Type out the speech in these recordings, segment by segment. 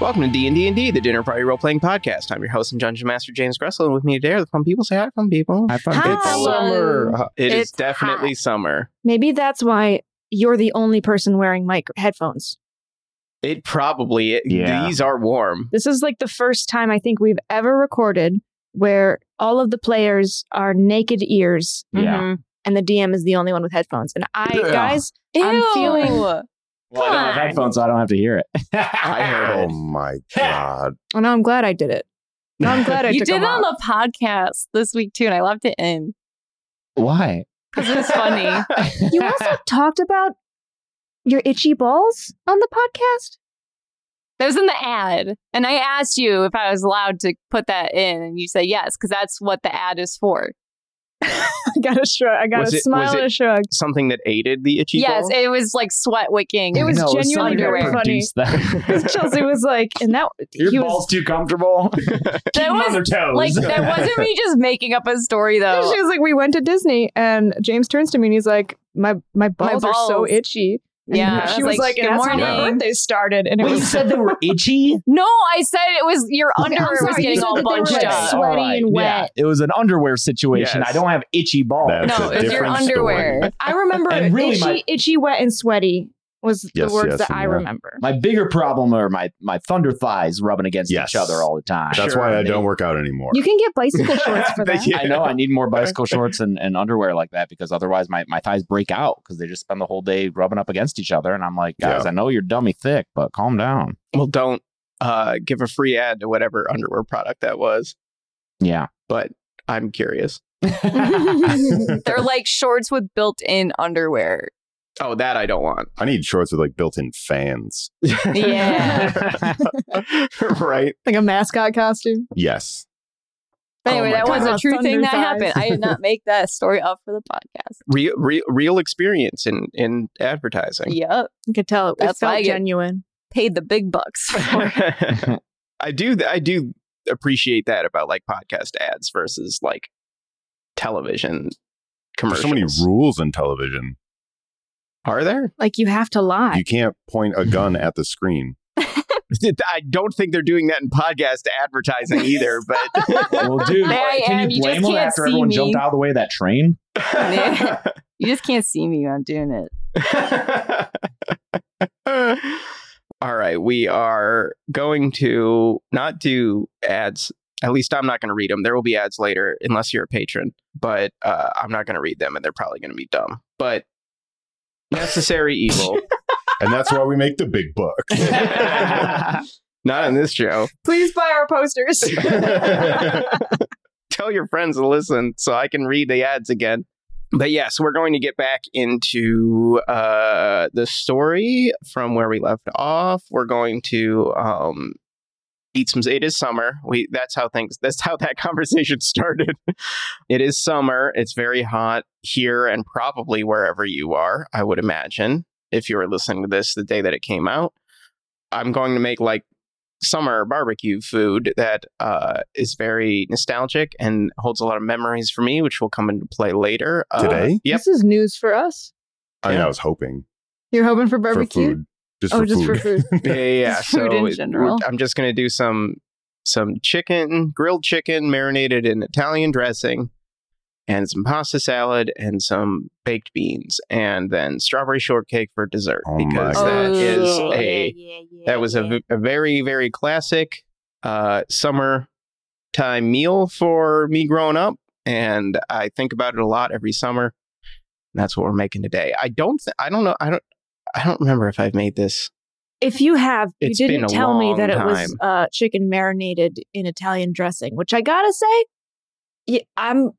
Welcome to D and D and D, the Dinner Party Role Playing Podcast. I'm your host and Dungeon Master James Gressel, and with me today are the fun people. Say hi, fun people. I found Hi. it's Hello. summer. Uh, It is It's definitely summer. Maybe that's why you're the only person wearing mic headphones. It probably it, Yeah. these are warm. This is like the first time I think we've ever recorded where all of the players are naked ears Yeah. and the DM is the only one with headphones. And I, Ugh. guys, I'm feeling- Well, I don't have Fine. headphones, so I don't have to hear it. I Oh heard it. my god! oh no, I'm glad I did it. No, I'm glad I you took did it them on off. the podcast this week too, and I left it in Why? because it was funny. You also talked about your itchy balls on the podcast. that was in the ad, and I asked you if I was allowed to put that in, and you said yes because that's what the ad is for. I got a shrug. I got Was a it- was smile and it- a shrug. Something that aided the itchy. yes, bowl? it was like sweat wicking. It was No, somebody genuinely very that funny. produced That. Chelsea was like, and that Your he balls was. too comfortable. that was like that wasn't me just making up a story though. She was like, we went to Disney, and James turns to me and he's like, my my balls, are so balls. itchy. And Yeah, she was like, good and that's how my morning. birthday started. And it Wait, you was said they were itchy? No, I said it was your underwear was sorry, you getting said all that they were, bunched like, up. sweaty and Yeah, wet. it was an underwear situation. Yes. I don't have itchy balls. That's no, a it was your different story. underwear. I remember And really itchy, my- itchy, wet, and sweaty was Yes, the words yes, that and I yeah. remember. My bigger problem are my my thunder thighs rubbing against Yes. each other all the time. That's Sure, why I they- don't work out anymore. You can get bicycle shorts for that. Yeah. I know I need more bicycle shorts and, and underwear like that because otherwise my, my thighs break out because they just spend the whole day rubbing up against each other. And I'm like, guys, I know you're dummy thick, but calm down. Well, don't uh, give a free ad to whatever underwear product that was. Yeah. But I'm curious. They're like shorts with built-in underwear. Oh, that I don't want. I need shorts with like built-in fans. Yeah. right. Like a mascot costume. Yes, But anyway, Oh my that was a God. true thing that Thunder thighs. happened. I did not make that story up for the podcast. Real, real, real experience in in advertising. Yep. You could tell it, it That's why felt I get- genuine. Paid the big bucks for it. I do I do appreciate that about like podcast ads versus like television there's commercials. so many rules in television. Are there? Like you have to lie. You can't point a gun at the screen. I don't think they're doing that in podcast advertising either, but well, dude, There I can am. you You blame just them can't after see everyone me. jumped out of the way of that train? You just can't see me when I'm doing it. All right, we are going to not do ads. At least I'm not going to read them. There will be ads later, unless you're a patron. But uh, I'm not going to read them, and they're probably going to be dumb. But necessary evil, And that's why we make the big buck. not on this show. Please buy our posters. Tell your friends to listen, so I can read the ads again. But yes, we're going to get back into uh, the story from where we left off. We're going to um, eat some. It is summer. We that's how things. That's how that conversation started. it is summer. It's very hot here and probably wherever you are. I would imagine if you were listening to this the day that it came out. I'm going to make like summer barbecue food that uh, is very nostalgic and holds a lot of memories for me, which will come into play later. Uh, Today? Yep. This is news for us. I mean, Yeah. I was hoping You're hoping for for barbecue? food, just oh, for just food. for food. Yeah, yeah, yeah. Just food in it- general. I'm just gonna do some some chicken, grilled chicken, marinated in Italian dressing, and some pasta salad and some baked beans, and then strawberry shortcake for dessert Oh my because gosh. that is Oh, a that was a, v- a very very classic uh, summer time meal for me growing up, and I think about it a lot every summer. And that's what we're making today. I don't. Th- I don't know. I don't. I don't remember if I've made this. If you have, It's you been a didn't tell me long that it time. was uh, chicken marinated in Italian dressing, which I gotta say, y- I'm,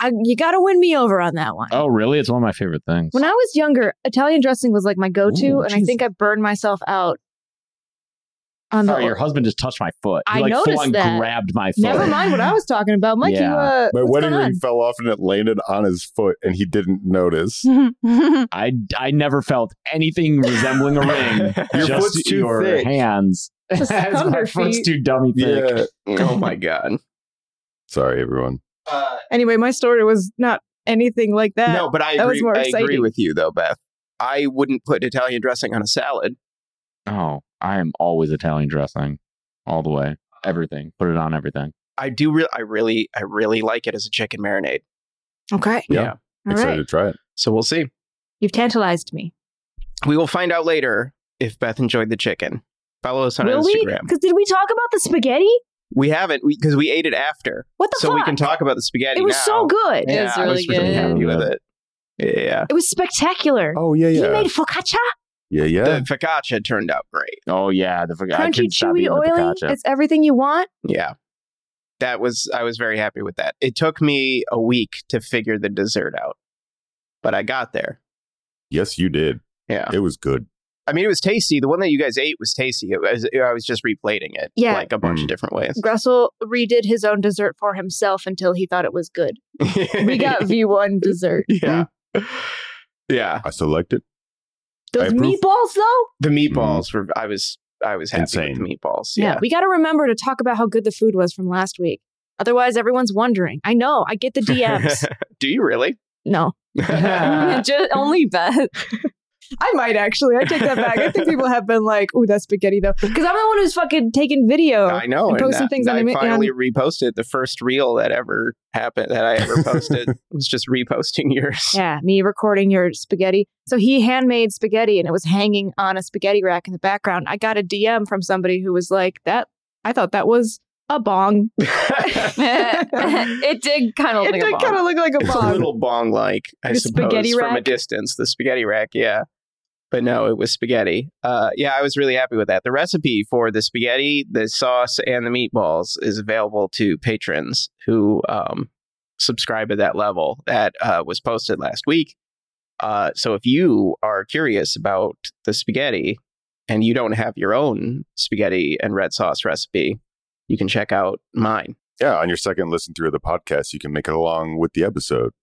I, you gotta win me over on that one. oh, really? It's one of my favorite things. When I was younger, Italian dressing was like my go-to, Ooh, and I geez. think I burned myself out on Oh, Sorry, the. your husband just touched my foot. He, I like, full noticed on that. grabbed my foot. Never mind what I was talking about, Mike. Yeah. You, uh, My what's wedding going ring on? fell off and it landed on his foot, and he didn't Hmm. notice. I, I never felt anything resembling a ring. Your just foot's too your thick. hands. Just my under foot's feet. too dummy thick. Yeah. Mm. Oh my god. Sorry, everyone. Uh, Anyway, my story was not anything like that. no, but I that was agree. more I agree exciting. with you though, Beth. I wouldn't put Italian dressing on a salad Oh, I am always Italian dressing, all the way. Everything. Put it on everything. I do. Re- I really, I really like it as a chicken marinade. Okay. Yeah. All Excited right. to try it. So we'll see. You've tantalized me. We will find out later if Beth enjoyed the chicken. Follow us on Will we? Instagram. Because did we talk about the spaghetti? We haven't because we, ate it after, What the so fuck? we can talk about the spaghetti. it was so now. good. It Yeah, was I really really good. happy with it. Yeah, It was spectacular. Oh yeah, You yeah, made focaccia? yeah, yeah. the focaccia turned out great. Oh yeah, the focaccia. I Crunchy, couldn't stop chewy, eating the oily. focaccia. It's everything you want. Yeah, that was. I was very happy with that. It took me a week to figure the dessert out, but I got there. Yes, you did. Yeah. It was good. I mean, it was tasty. The one that you guys ate was tasty. It was, I was just replating it, Yeah. like a bunch of Mm. different ways. Russell redid his own dessert for himself until he thought it was good. We got V1 dessert. yeah, Mm. yeah. I still liked it. Those approve. meatballs, though? The meatballs were. I was. I was happy Mm-hmm. Insane. with the meatballs. Yeah. We got to remember to talk about how good the food was from last week. Otherwise, everyone's wondering. I know. I get the DMs. Do you really? no. Uh, Just only Beth. I might actually. I take that back. I think people have been like, "Ooh, that's spaghetti though," because I'm the one who's fucking taking video. I know. and and posting that- things on I Ima- finally reposted the first reel that ever happened that I ever posted. It was just reposting yours. yeah, me recording your spaghetti. So he handmade spaghetti, and it was hanging on a spaghetti rack in the background. I got a DM from somebody who was like, "That I thought that was a bong. it did kind of it look like a did kind bomb. of look like a it's a bong." little bong like, I The suppose, spaghetti from a rack? distance. The spaghetti rack, yeah. But no, it was spaghetti. Uh, yeah, I was really happy with that. The recipe for the spaghetti, the sauce, and the meatballs is available to patrons who um, subscribe at that level. That uh, was posted last week. Uh, so if you are curious about the spaghetti and you don't have your own spaghetti and red sauce recipe, you can check out mine. Yeah, on your second listen through of the podcast, you can make it along with the episode.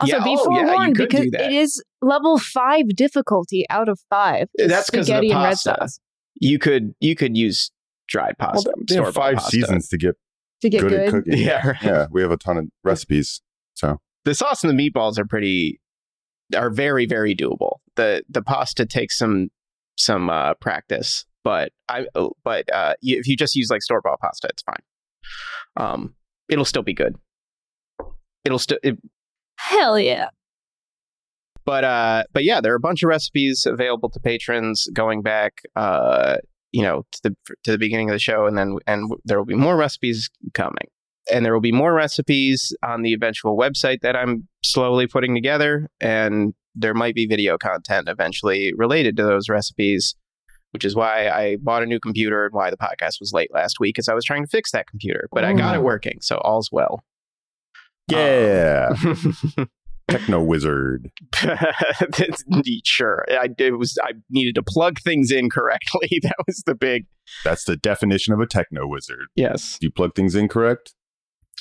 Also, Yeah, oh, be yeah, you forewarned could because do that. it is level five difficulty out of five. is That's 'cause of the spaghetti and red pasta. sauce You could you could use dried pasta. they have store-bought five pasta. seasons to get to get good, good. at cooking. Yeah, right. yeah, we have a ton of recipes. So the sauce and the meatballs are pretty are very very doable. the The pasta takes some some uh, practice, but I but uh, you, if you just use like store bought pasta, it's fine. Um, it'll still be good. It'll still, it, Hell yeah. but uh, but yeah, there are a bunch of recipes available to patrons going back. Uh, you know, to the to the beginning of the show, and then and there will be more recipes coming. and there will be more recipes on the eventual website that I'm slowly putting together. And there might be video content eventually related to those recipes, which is why I bought a new computer and why the podcast was late last week, as I was trying to fix that computer. But I got it Ooh. working, so all's well. yeah, Um, techno wizard. that's- sure, I it was. I needed to plug things in correctly. That was the big That's the definition of a techno wizard. yes. Do you plug things incorrect?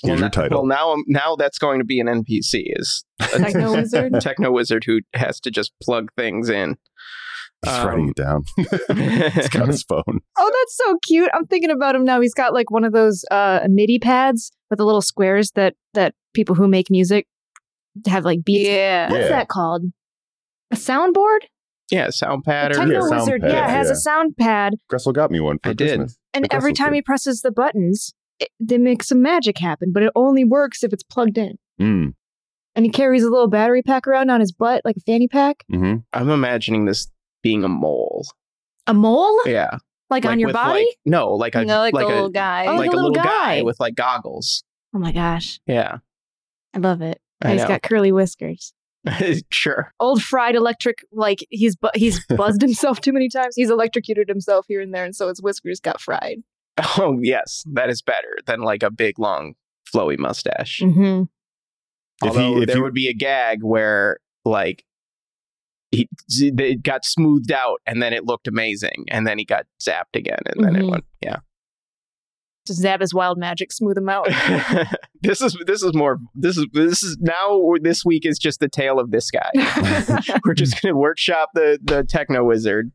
Here's well, your no- title. Well, now I'm- now that's going to be an NPC is Techno wizard? techno wizard who has to just plug things in. He's Um, writing it down. He's got his phone. Oh, that's so cute. I'm thinking about him now. He's got like one of those uh MIDI pads with the little squares that that people who make music have like beats. Yeah. What's Yeah. that called? A soundboard? yeah, sound pad or Techno Yeah, sound Wizard, pad, yeah, has yeah. a sound pad, Gressel got me one for I did. Christmas. and Like every Russell time did. he presses the buttons, it, they make some magic happen. But it only works if it's plugged in. Mm, And he carries a little battery pack around on his butt, like a fanny pack. hmm I'm imagining this being a mole. A mole, Yeah, like, on Like your with, body. Like, no, like a no, like, like a little a, guy. Oh, like a the little little guy. guy. with like goggles. oh my gosh, Yeah, I love it. I And he's know. got curly whiskers. sure. old fried electric like he's bu- he's buzzed himself too many times he's electrocuted himself here and there and so his whiskers got fried Oh yes, that is better than like a big long flowy mustache. mm-hmm. If he- Although if there you- would be a gag where like he it got smoothed out and then it looked amazing and then he got zapped again and then it Mhm. went yeah. to zab his wild magic smooth him out this is this is more this is this is now this week is just the tale of this guy. We're just going to workshop the the techno wizard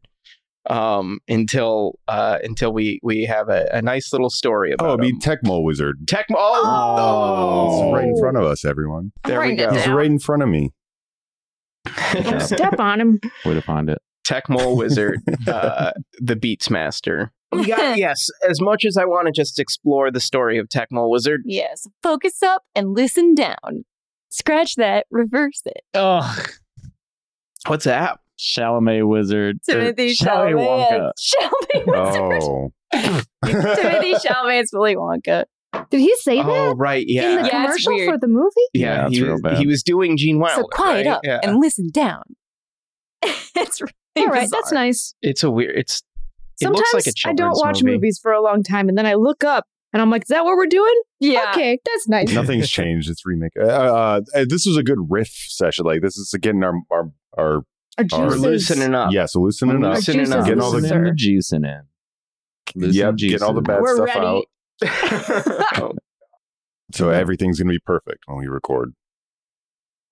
um until uh until we we have a, a nice little story about Oh, it'd be him. Techmo Wizard. Tech- oh, He's no. right in front of us, everyone. There we Right go. now. He's right in front of me. Don't step on him Way to find it. Tech Mole Wizard, uh, the Beats Master. We got, yes, as much as I want to just explore the story of Tech Mole Wizard, Yes. Focus up and listen down. Scratch that, reverse it. Oh, what's that? Chalamet wizard. or Timothy Chalamet. Chalamet. Oh. Timothy Chalamet's Willy Wonka. Did he say Oh, that right, in the yeah. Yeah, it's commercial weird. for the movie? Yeah, Yeah, it's he, real was, bad. he was doing Gene Wilder. so right? quiet up Yeah. and listen down. it's really All right, that's bizarre. nice. it's a weird. It's It Sometimes looks like a I don't children's watch movie. movies for a long time, and then I look up and I'm like, "Is that what we're doing?" Yeah. Okay, that's nice. Nothing's changed. It's remake. Uh, uh, uh, this was a good riff session. Like this is getting our our Our our Or we're juices. loosening up. yeah. So loosening up. Our Loosening juices up. Getting all the- Loosening the juicing in. Loosening Yep, getting all the juicing. bad We're stuff ready. out. So everything's gonna be perfect when we record.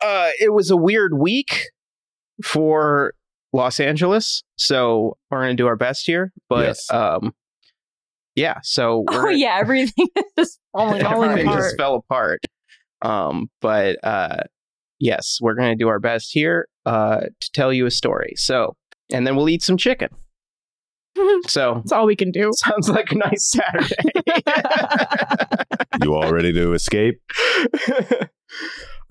uh, it was a weird week for Los Angeles, so we're gonna do our best here. But Yes. um, yeah, so we're Oh gonna- yeah, everything is just falling all everything apart. just fell apart. Um, but uh, yes, we're gonna do our best here uh, to tell you a story. So, and then we'll eat some chicken. So That's all we can do. sounds like a nice Saturday. You all ready to escape?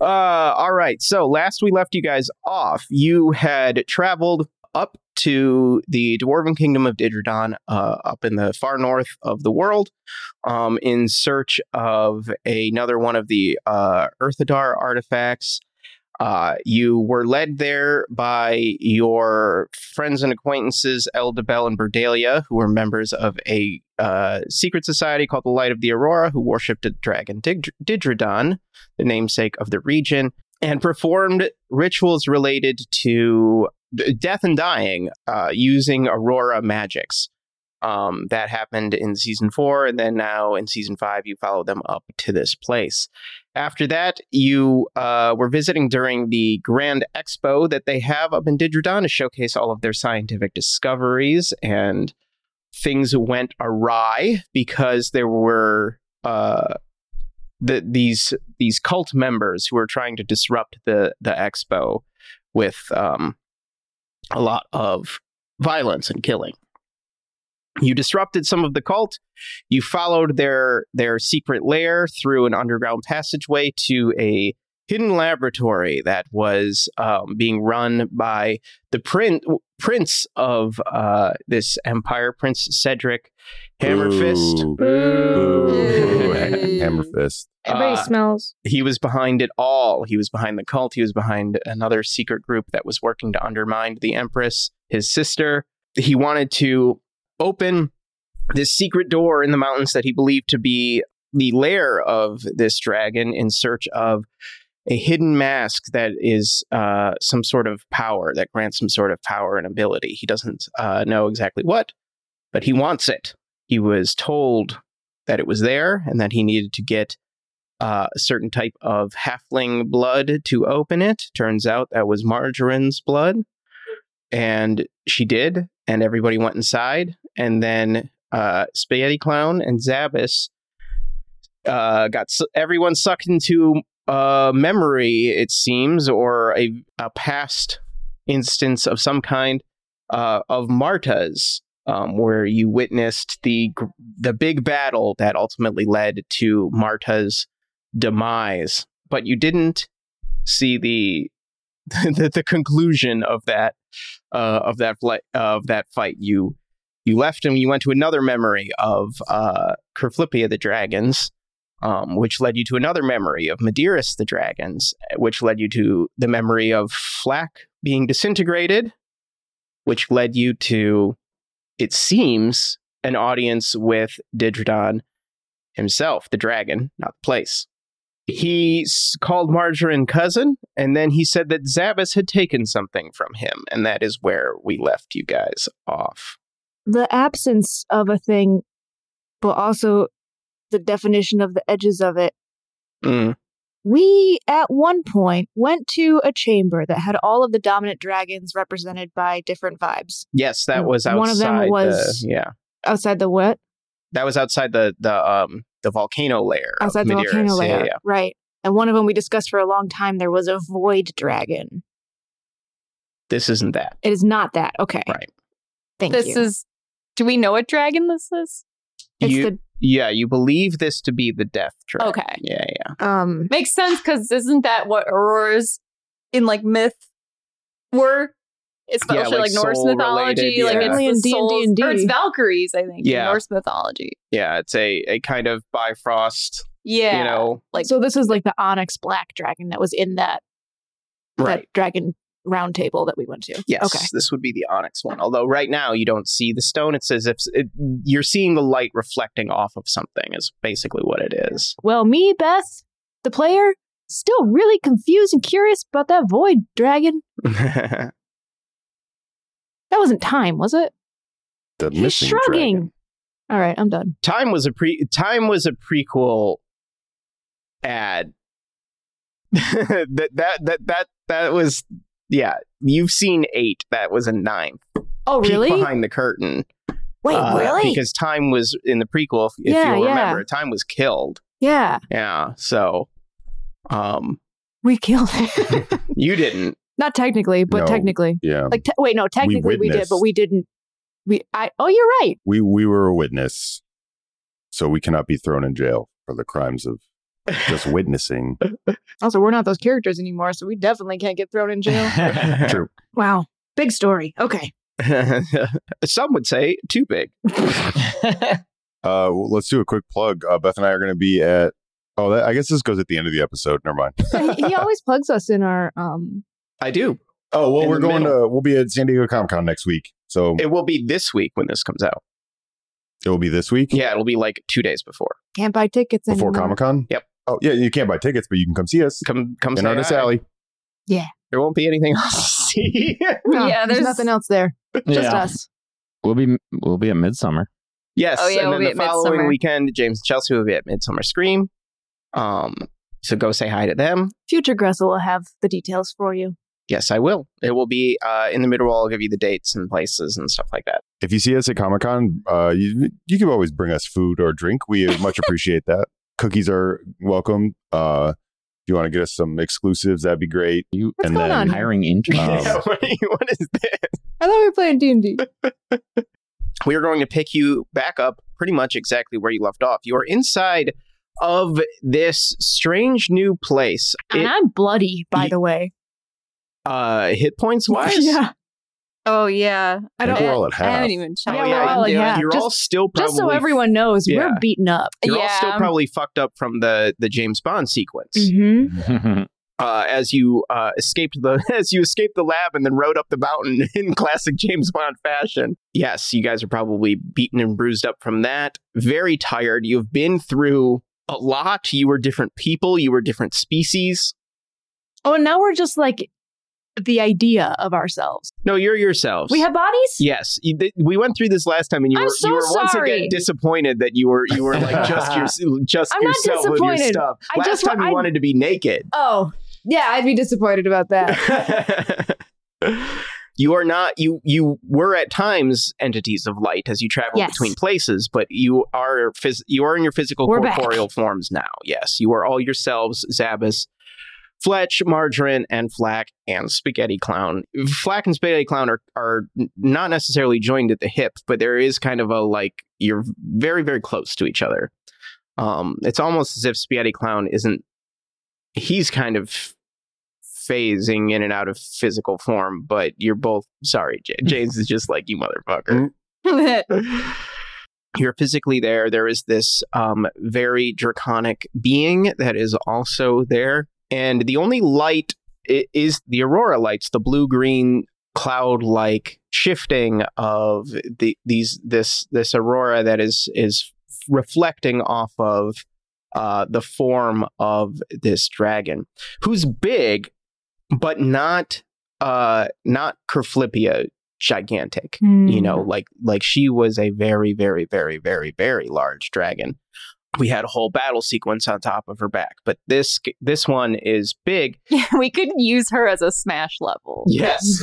uh, all right. So last we left you guys off, you had traveled up to the dwarven kingdom of Didridon, uh, up in the far north of the world, um, in search of another one of the uh, Earthadar artifacts. Uh, you were led there by your friends and acquaintances, Eldebel and Berdalia, who were members of a uh, secret society called the Light of the Aurora, who worshipped the dragon Dig- Didridon, the namesake of the region, and performed rituals related to d- death and dying uh, using Aurora magics. Um, that happened in season four, and then now in season five, you follow them up to this place. After that, you uh, were visiting during the Grand Expo that they have up in Didridon to showcase all of their scientific discoveries, and things went awry because there were uh, the, these these cult members who are trying to disrupt the the expo with um, a lot of violence and killing. You disrupted some of the cult. You followed their their secret lair through an underground passageway to a hidden laboratory that was um, being run by the prin- prince of uh, this empire, Prince Cedric Hammerfist. Ooh. Ooh. Hey. Hammer fist. Everybody Uh, smells. he was behind it all. He was behind the cult. He was behind another secret group that was working to undermine the Empress, his sister. He wanted to open this secret door in the mountains that he believed to be the lair of this dragon in search of a hidden mask that is uh, some sort of power that grants some sort of power and ability. He doesn't uh, know exactly what, but he wants it. He was told that it was there and that he needed to get uh, a certain type of halfling blood to open it. Turns out that was Margarine's blood. And she did, and everybody went inside. And then uh, Spaghetti Clown and Zabbis uh, got su- everyone sucked into uh, memory, it seems, or a, a past instance of some kind uh, of Marta's. Um, where you witnessed the gr- the big battle that ultimately led to Marta's demise, but you didn't see the the, the conclusion of that uh, of that fli- of that fight. You you left and you went to another memory of uh, Kerflippia the dragons, um, which led you to another memory of Medeiros the dragons, which led you to the memory of Flack being disintegrated, which led you to it seems an audience with Didridon himself, the dragon, not the place he s- called Margarine cousin, and then he said that Zabbis had taken something from him, and that is where we left you guys off. The absence of a thing, but also the definition of the edges of it. Mm. We, at one point, went to a chamber that had all of the dominant dragons represented by different vibes. Yes, that was outside. One of them was- the, yeah, Outside the what? that was outside the the um the volcano layer. of Outside the Medeiros. volcano Yeah, layer. yeah, yeah. Right. And one of them we discussed for a long time, there was a void dragon. This isn't that. It is not that. Okay. Right. Thank This you. is. Do we know what dragon this is? it's you, yeah, you believe this to be the death trap. Okay. Yeah, yeah. the um Makes sense because isn't that what auroras in like myth were? Especially like, like, Norse soul-related, mythology, like yeah. it's Really the in D&D. souls, or it's Valkyries, I think, Yeah. in Norse mythology. Yeah, it's a, a kind of Bifrost, Yeah, you know. like- so this is like the onyx black dragon that was in that Right. that dragon round table that we went to. Yes, Okay. this would be the onyx one. Although right now you don't see the stone. It's as if it, you're seeing the light reflecting off of something. Is basically what it is. Well, me, Beth, the player, still really confused and curious about that void dragon. yeah, That wasn't time, was it? The He's missing shrugging. dragon. All right, I'm done. time was a pre. Time was a prequel ad. that that that that that was yeah. You've seen eight. That was a ninth. Oh, Peek really? behind the curtain. Wait, uh, really? Because time was in the prequel. If, if Yeah, you'll yeah. remember, time was killed. yeah, Yeah. So, um, we killed it. you didn't. Not technically, but No. technically. Yeah. Like, te- wait, no, technically we, did, witnessed. but we didn't. We, I. Oh, you're right. We we were a witness. So we cannot be thrown in jail for the crimes of just witnessing. Also, we're not those characters anymore, so we definitely can't get thrown in jail. True. wow, big story. Okay, Some would say too big. Uh, well, let's do a quick plug. Uh, Beth and I are going to be at. Oh, that, I guess this goes at the end of the episode. Never mind. he, he always plugs us in our um. I do. Oh well, In we're the going middle. to. We'll be at San Diego Comic Con next week, so it, It will be this week when this comes out. will be this week Yeah, it'll be like two days before. Can't buy tickets before anymore. Comic Con. Yep. Oh yeah, you can't buy tickets, but you can come see us Come, come. in say Artist hi. Alley. There won't be anything else to see. No, Yeah, there's, there's- nothing else there. Just Yeah. us. We'll be we'll be at midsummer. yes. Oh, yeah, and we'll then be the at following Midsummer. weekend, James and Chelsea will be at Midsummer Scream. Um. So go say hi to them. Future Gressel will have the details for you. Yes, I will. It will be uh, in the middle. I'll give you the dates and places and stuff like that. If you see us at Comic Con, uh, you you can always bring us food or drink. We uh, much appreciate that. Cookies are welcome. Uh, if you want to get us some exclusives, that'd be great. You What's And going then on? here? hiring interns. Oh. Um, Yeah, what, what is this? I thought we were playing D and D. we are going to pick you back up pretty much exactly where you left off. You are inside of this strange new place. Uh-huh. And It, I'm bloody, by Ye- the way. uh, hit points wise, yeah. Oh yeah, I think don't- we're all at I half. haven't even Oh, checked. Yeah, we're yeah, all you- at half. you're Just- all still probably Just so everyone knows, yeah. we're beaten up. You're all still Yeah. probably fucked up from the the James Bond sequence. Mm-hmm. Uh, as you uh, escaped the as you escaped the lab and then rode up the mountain in classic James Bond fashion. Yes, you guys are probably beaten and bruised up from that. Very tired. You've been through a lot. You were different people. You were different species. Oh, and now we're just like the idea of ourselves. No, you're yourselves. We have bodies. yes. You, th- we went through this last time, and you I'm were so you were once sorry. again disappointed that you were you were like just your, just I'm not yourself with your disappointed. stuff. I last just wa- time you I- wanted to be naked. Oh, yeah. I'd be disappointed about that. you are not you you were at times entities of light as you travel Yes. between places but you are phys- you are in your physical We're back. corporeal forms now yes you are all yourselves zabas fletch margarine and flack and spaghetti clown flack and spaghetti clown are, are n- not necessarily joined at the hip but there is kind of a like you're very very close to each other um it's almost as if spaghetti clown isn't he's kind of phasing in and out of physical form, but you're both sorry. J- James is just like you, motherfucker. You're physically there. There is this um, very draconic being that is also there, and the only light i- is the aurora lights, the blue green cloud like shifting of the these this this aurora that is is reflecting off of uh, the form of this dragon who's big but not uh not Kerflippia gigantic. Hmm. Mm. You know, like like she was a very, very, very, very, very large dragon. We had a whole battle sequence on top of her back, but this this one is big. we could use her as a smash level. Yes,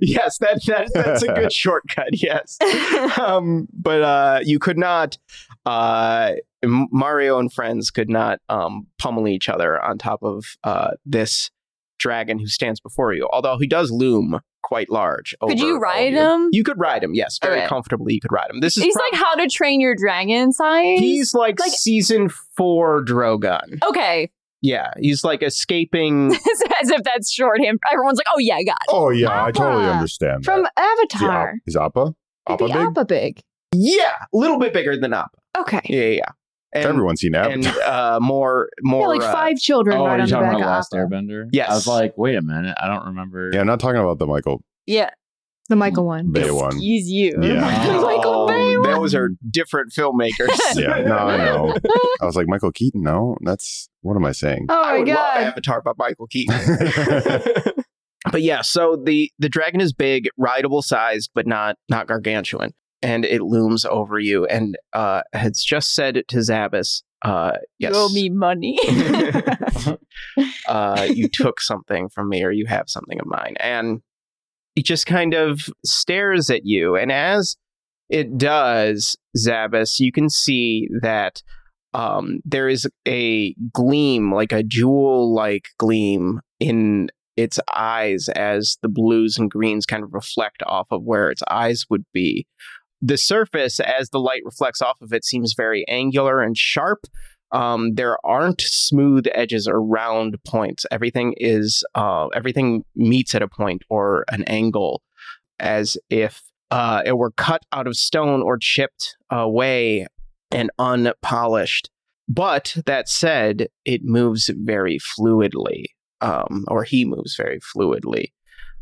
yes, that, that that's a good shortcut. Yes, um, but uh, you could not. Uh, M- Mario and friends could not um, pummel each other on top of uh, this dragon who stands before you, although he does loom quite large. Could over all you of ride you. him? You could ride him, yes, very Okay. comfortably. You could ride him. This is He's prob- like how to train your dragon size. he's like, like- season four Drogon. okay. Yeah, he's like escaping. As if that's shorthand. Everyone's like, oh yeah, I got it. Oh yeah, I totally Appa. understand. From that. Is he App- Avatar. is Appa? Appa Maybe big? Appa big. yeah, a little bit bigger than Appa. Okay. Yeah, yeah, yeah. And, Everyone's seen Appa. and uh, more, more. Yeah, like uh, five children Oh, right are you on the talking back about of Last Appa. Airbender? I Yes. was like, wait a minute, I don't remember. yeah, I'm not talking about the Michael Yeah. The Michael one. Bay one. He's you. Yeah. Michael Bay. Oh, Those are different filmmakers. Yeah, no, I know. I was like Michael Keaton. No, that's what am I saying? Oh I my would love god. Avatar by Michael Keaton. but yeah, so the the dragon is big, rideable sized, but not not gargantuan, and it looms over you. And uh, has just said to Zabas, uh, "Yes, You owe me money. uh, you took something from me, or you have something of mine." And it just kind of stares at you, and as it does, Zabas, you can see that um, there is a gleam, like a jewel like gleam in its eyes as the blues and greens kind of reflect off of where its eyes would be. The surface, as the light reflects off of it, seems very angular and sharp. Um, there aren't smooth edges or round points. Everything is uh, everything meets at a point or an angle, as if uh, it were cut out of stone or chipped away and unpolished. But that said, it moves very fluidly, um, or he moves very fluidly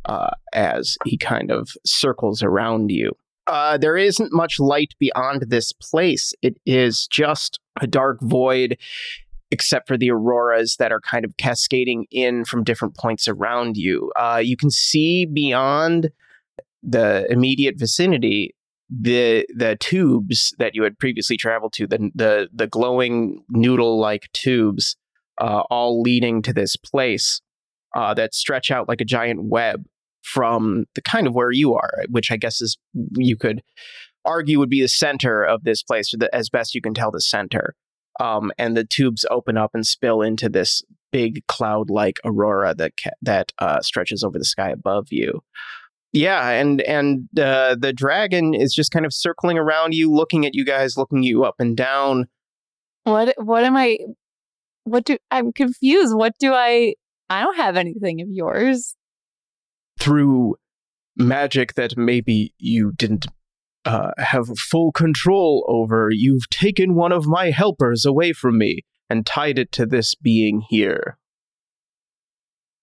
uh, as he kind of circles around you. Uh, there isn't much light beyond this place. It is just a dark void, except for the auroras that are kind of cascading in from different points around you. Uh, you can see beyond the immediate vicinity the the tubes that you had previously traveled to the the the glowing noodle like tubes uh, all leading to this place uh, that stretch out like a giant web from the kind of where you are which i guess is you could argue would be the center of this place or the, as best you can tell the center um, and the tubes open up and spill into this big cloud like aurora that ca- that uh, stretches over the sky above you yeah and and uh, the dragon is just kind of circling around you looking at you guys looking you up and down what what am I what do I'm confused. What do I I don't have anything of yours. through magic that maybe you didn't uh, have full control over you've taken one of my helpers away from me and tied it to this being here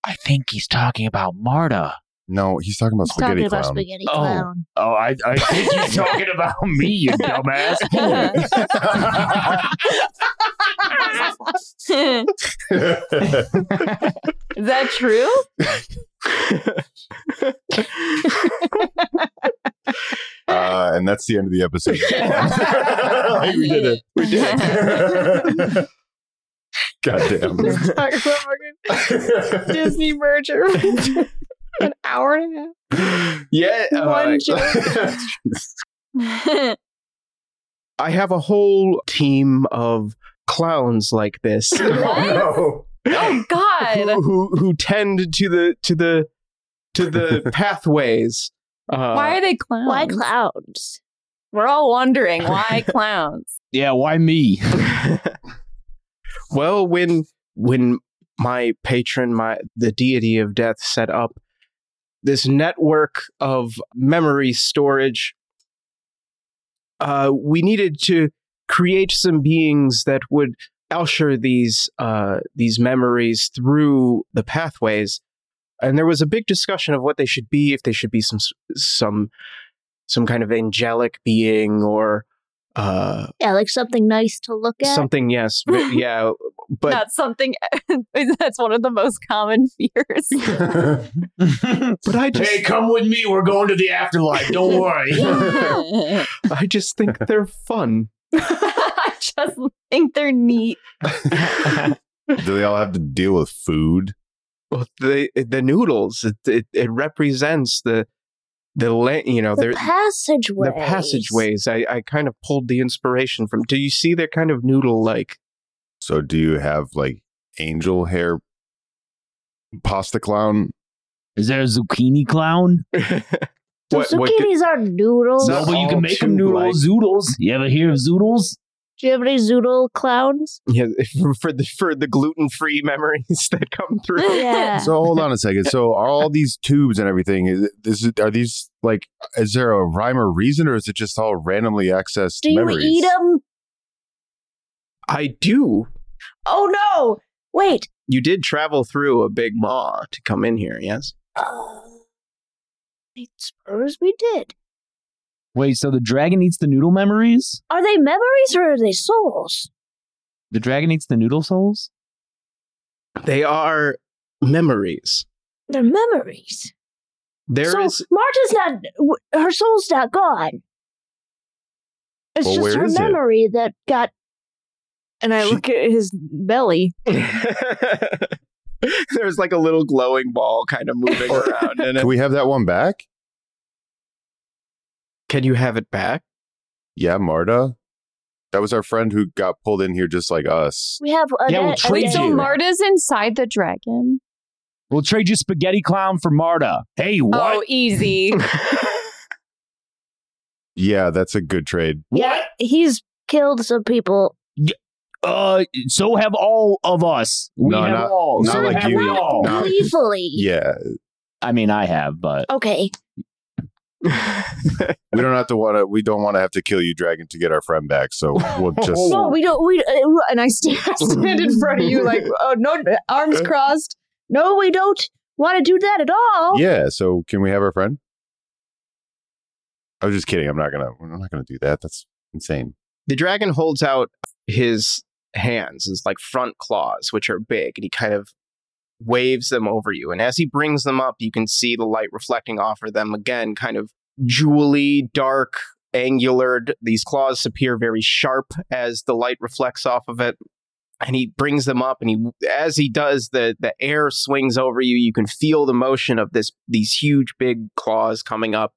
I think he's talking about Marta. no, he's talking about spaghetti about clown. spaghetti Oh. Oh, I, I think he's talking about me, you Is that true? uh, and that's the end of the episode. Like, we did it. We did it. Goddamn. Talk about fucking Disney merger. An hour and a half. yeah uh, One i have a whole team of clowns like this Oh, oh god. who, who who tend to the to the to the pathways. Uh, Why are they clowns? clowns? We're all wondering why clowns. yeah, why me? well, when when my patron, my the deity of death, set up this network of memory storage, uh, we needed to create some beings that would usher these uh, these memories through the pathways. And there was a big discussion of what they should be, if they should be some s- some some kind of angelic being or uh, Yeah, like something nice to look at. something yes but, yeah but that's something that's one of the most common fears. but i just come with me. We're going to the afterlife. Don't worry. i just think they're fun I just think they're neat. Do they all have to deal with food? well the the noodles it it, it represents the the la- you know the they're passageway. the passageways I, I kind of pulled the inspiration from do you see they're kind of noodle like So do you have like angel hair pasta clown. Is there a zucchini clown? So What- what zucchinis are noodles. No, No, but but you you all can can make make 'em them too, noodles, like- zoodles. You ever hear of zoodles? Do you have any zoodle clowns? Yeah, for the for the gluten free memories that come through. Yeah. So hold on a second. So are all these tubes and everything? Is this is- are these like? Is there a rhyme or reason, or is it just all randomly accessed Do you memories? eat them? I do. Oh no! Wait. You did travel through a big maw to come in here, yes? Oh, I suppose we did. Wait, so the dragon eats the noodle memories? Are they memories or are they souls? The dragon eats the noodle souls? They are memories. They're memories. There is so Marta's not. w- Her soul's not gone. It's Well, just where her is it? memory that got. And I She- look at his belly. There's like a little glowing ball kind of moving around in it. Can we have that one back? Can you have it back? Yeah, Marta. That was our friend who got pulled in here just like us. We have a. Yeah, we'll a- a trade dead- So you. Marta's inside the dragon. We'll trade you spaghetti clown for Marta. Hey, what? Oh, easy. Yeah, that's a good trade. Yeah, he's killed some people. Uh, so have all of us. We No, have not- all. not so like have you. we all. No. Gleefully. Yeah, I mean, I have, but Okay. we don't have to want to. We don't want to have to kill you, dragon, to get our friend back. So we'll just. No, we don't. We uh, And I stand, I stand in front of you like, oh, no, arms crossed. no, we don't want to do that at all. Yeah. So can we have our friend? I was just kidding. I'm not gonna. I'm not gonna do that. That's insane. the dragon holds out his hands, his like front claws, which are big, and he kind of waves them over you. And as he brings them up, you can see the light reflecting off of them again, kind of jewelly, dark, angular. These claws appear very sharp as the light reflects off of it. And he brings them up, and he, as he does, the the air swings over you. You can feel the motion of this these huge, big claws coming up.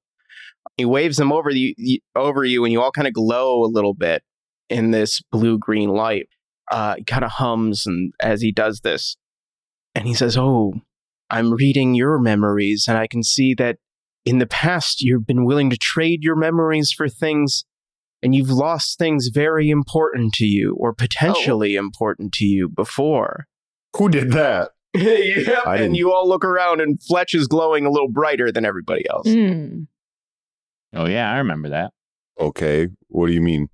He waves them over you, you- over you, and you all kind of glow a little bit in this blue green light. Uh, he kind of hums, and as he does this, and he says, "Oh, I'm reading your memories, and I can see that in the past you've been willing to trade your memories for things." And you've lost things very important to you, or potentially important to you before. Who did that? yep, I and didn't- you all look around, and Fletch is glowing a little brighter than everybody else. Hmm. Mm. oh yeah, I remember that. Okay. What do you mean?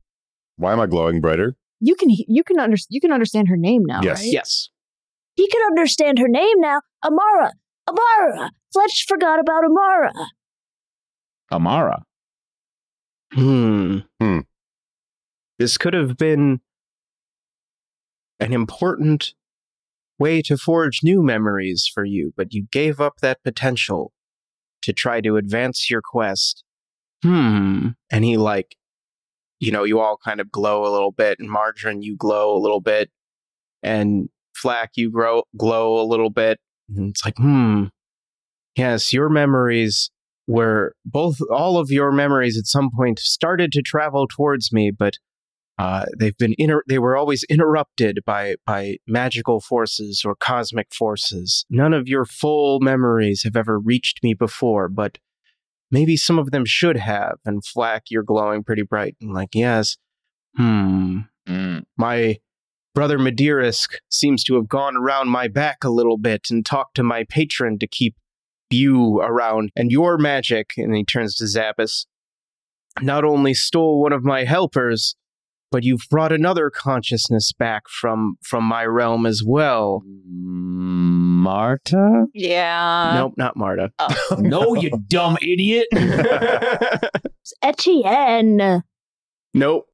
Why am I glowing brighter? You can he- you can under, you can understand her name now. Yes. right? Yes. He can understand her name now. Amara. Amara. Fletch forgot about Amara. Amara. Hmm. Hmm. This could have been an important way to forge new memories for you, but you gave up that potential to try to advance your quest. Hmm. And he, like, you know, you all kind of glow a little bit, and Margarine, you glow a little bit, and Flack, you grow, glow a little bit. And it's like, hmm. Yes, your memories where both all of your memories at some point started to travel towards me, but uh, they've been inter- they were always interrupted by by magical forces or cosmic forces. None of your full memories have ever reached me before, but maybe some of them should have. And Flack, you're glowing pretty bright and like, yes, hmm, Mm. my brother Medirisk seems to have gone around my back a little bit and talked to my patron to keep you around and your magic. And he turns to Zappis. Not only stole one of my helpers, but you've brought another consciousness back from from my realm as well. Mm, Marta? Yeah. nope, not Marta. no, you dumb idiot. It's Etienne. nope.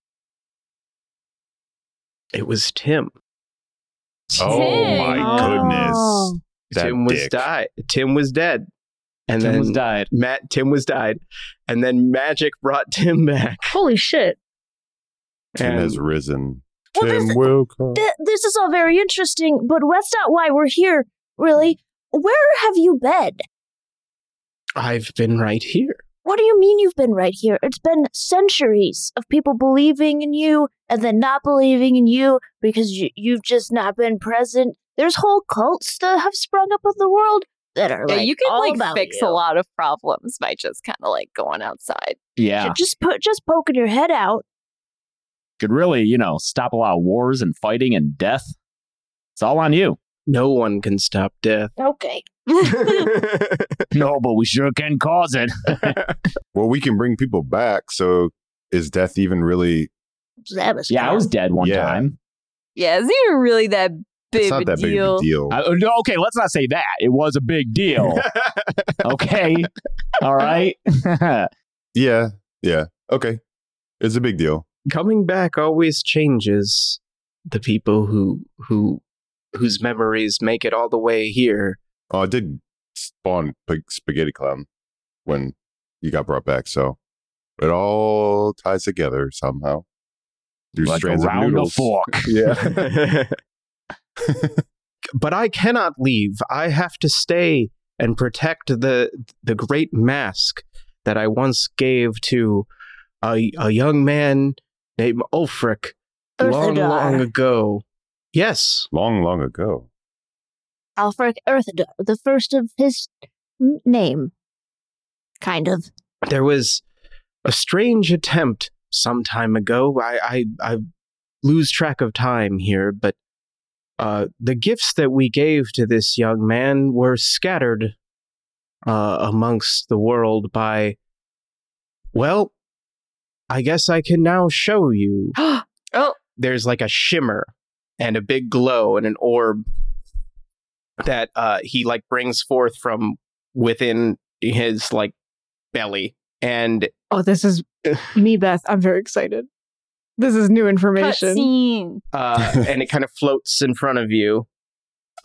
It was Tim. Oh Tim. my goodness. Oh. That Tim was dick. died. Tim was dead. And Tim then was died. Matt Tim was died, and then magic brought Tim back. Holy shit. Tim And- has risen. Well, Tim this- will come. Th- this is all very interesting, but that's not why we're here, really. Where have you been? I've been right here. What do you mean you've been right here? It's been centuries of people believing in you and then not believing in you because you, you've just not been present There's whole cults that have sprung up in the world that are Yeah, like you can all like about fix you. a lot of problems by just kind of like going outside. So Yeah. just put just poking your head out. Could really, you know, stop a lot of wars and fighting and death. It's all on you. No one can stop death. Okay. No, but we sure can cause it. Well, we can bring people back. So is death even really? That was Yeah, I bad. was dead one Yeah. time. Yeah, is it really that big It's not of that a big deal? of a deal. I- oh, no, okay, let's not say that. It was a big deal. okay. All right. yeah, yeah. Okay, it's a big deal. Coming back always changes the people who who whose memories make it all the way here. Oh, I did spawn P- Spaghetti Clown when you got brought back, so it all ties together somehow. Through like a strands of round of noodles. fork. Yeah. but I cannot leave. I have to stay and protect the the great mask that I once gave to a, a young man named Ulfric long, Earthadar. long ago. Yes. long, long ago. Alfred Earthadar, the first of his n- name. Kind of. there was a strange attempt some time ago. I I, I lose track of time here, but uh, the gifts that we gave to this young man were scattered uh, amongst the world by. Well, I guess I can now show you. Oh. There's like a shimmer and a big glow and an orb that uh, he like brings forth from within his like belly and Oh, this is me, Beth. I'm very excited. This is new information. Cutscene. uh, and it kind of floats in front of you.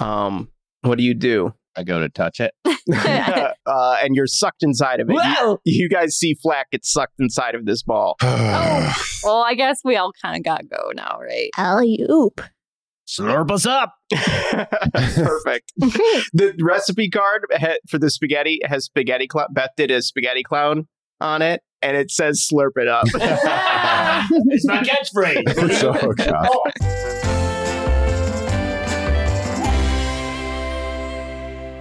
Um, what do you do? I go to touch it. uh, and you're sucked inside of it. You, you guys see Flack get sucked inside of this ball. Oh. Well, I guess we all kind of got to go now, right? Alley oop. Slurp us up. Perfect. the recipe card ha- for the spaghetti has spaghetti clown. Beth did a spaghetti clown on it, and it says "slurp it up." it's my catchphrase. So, oh, God. Oh.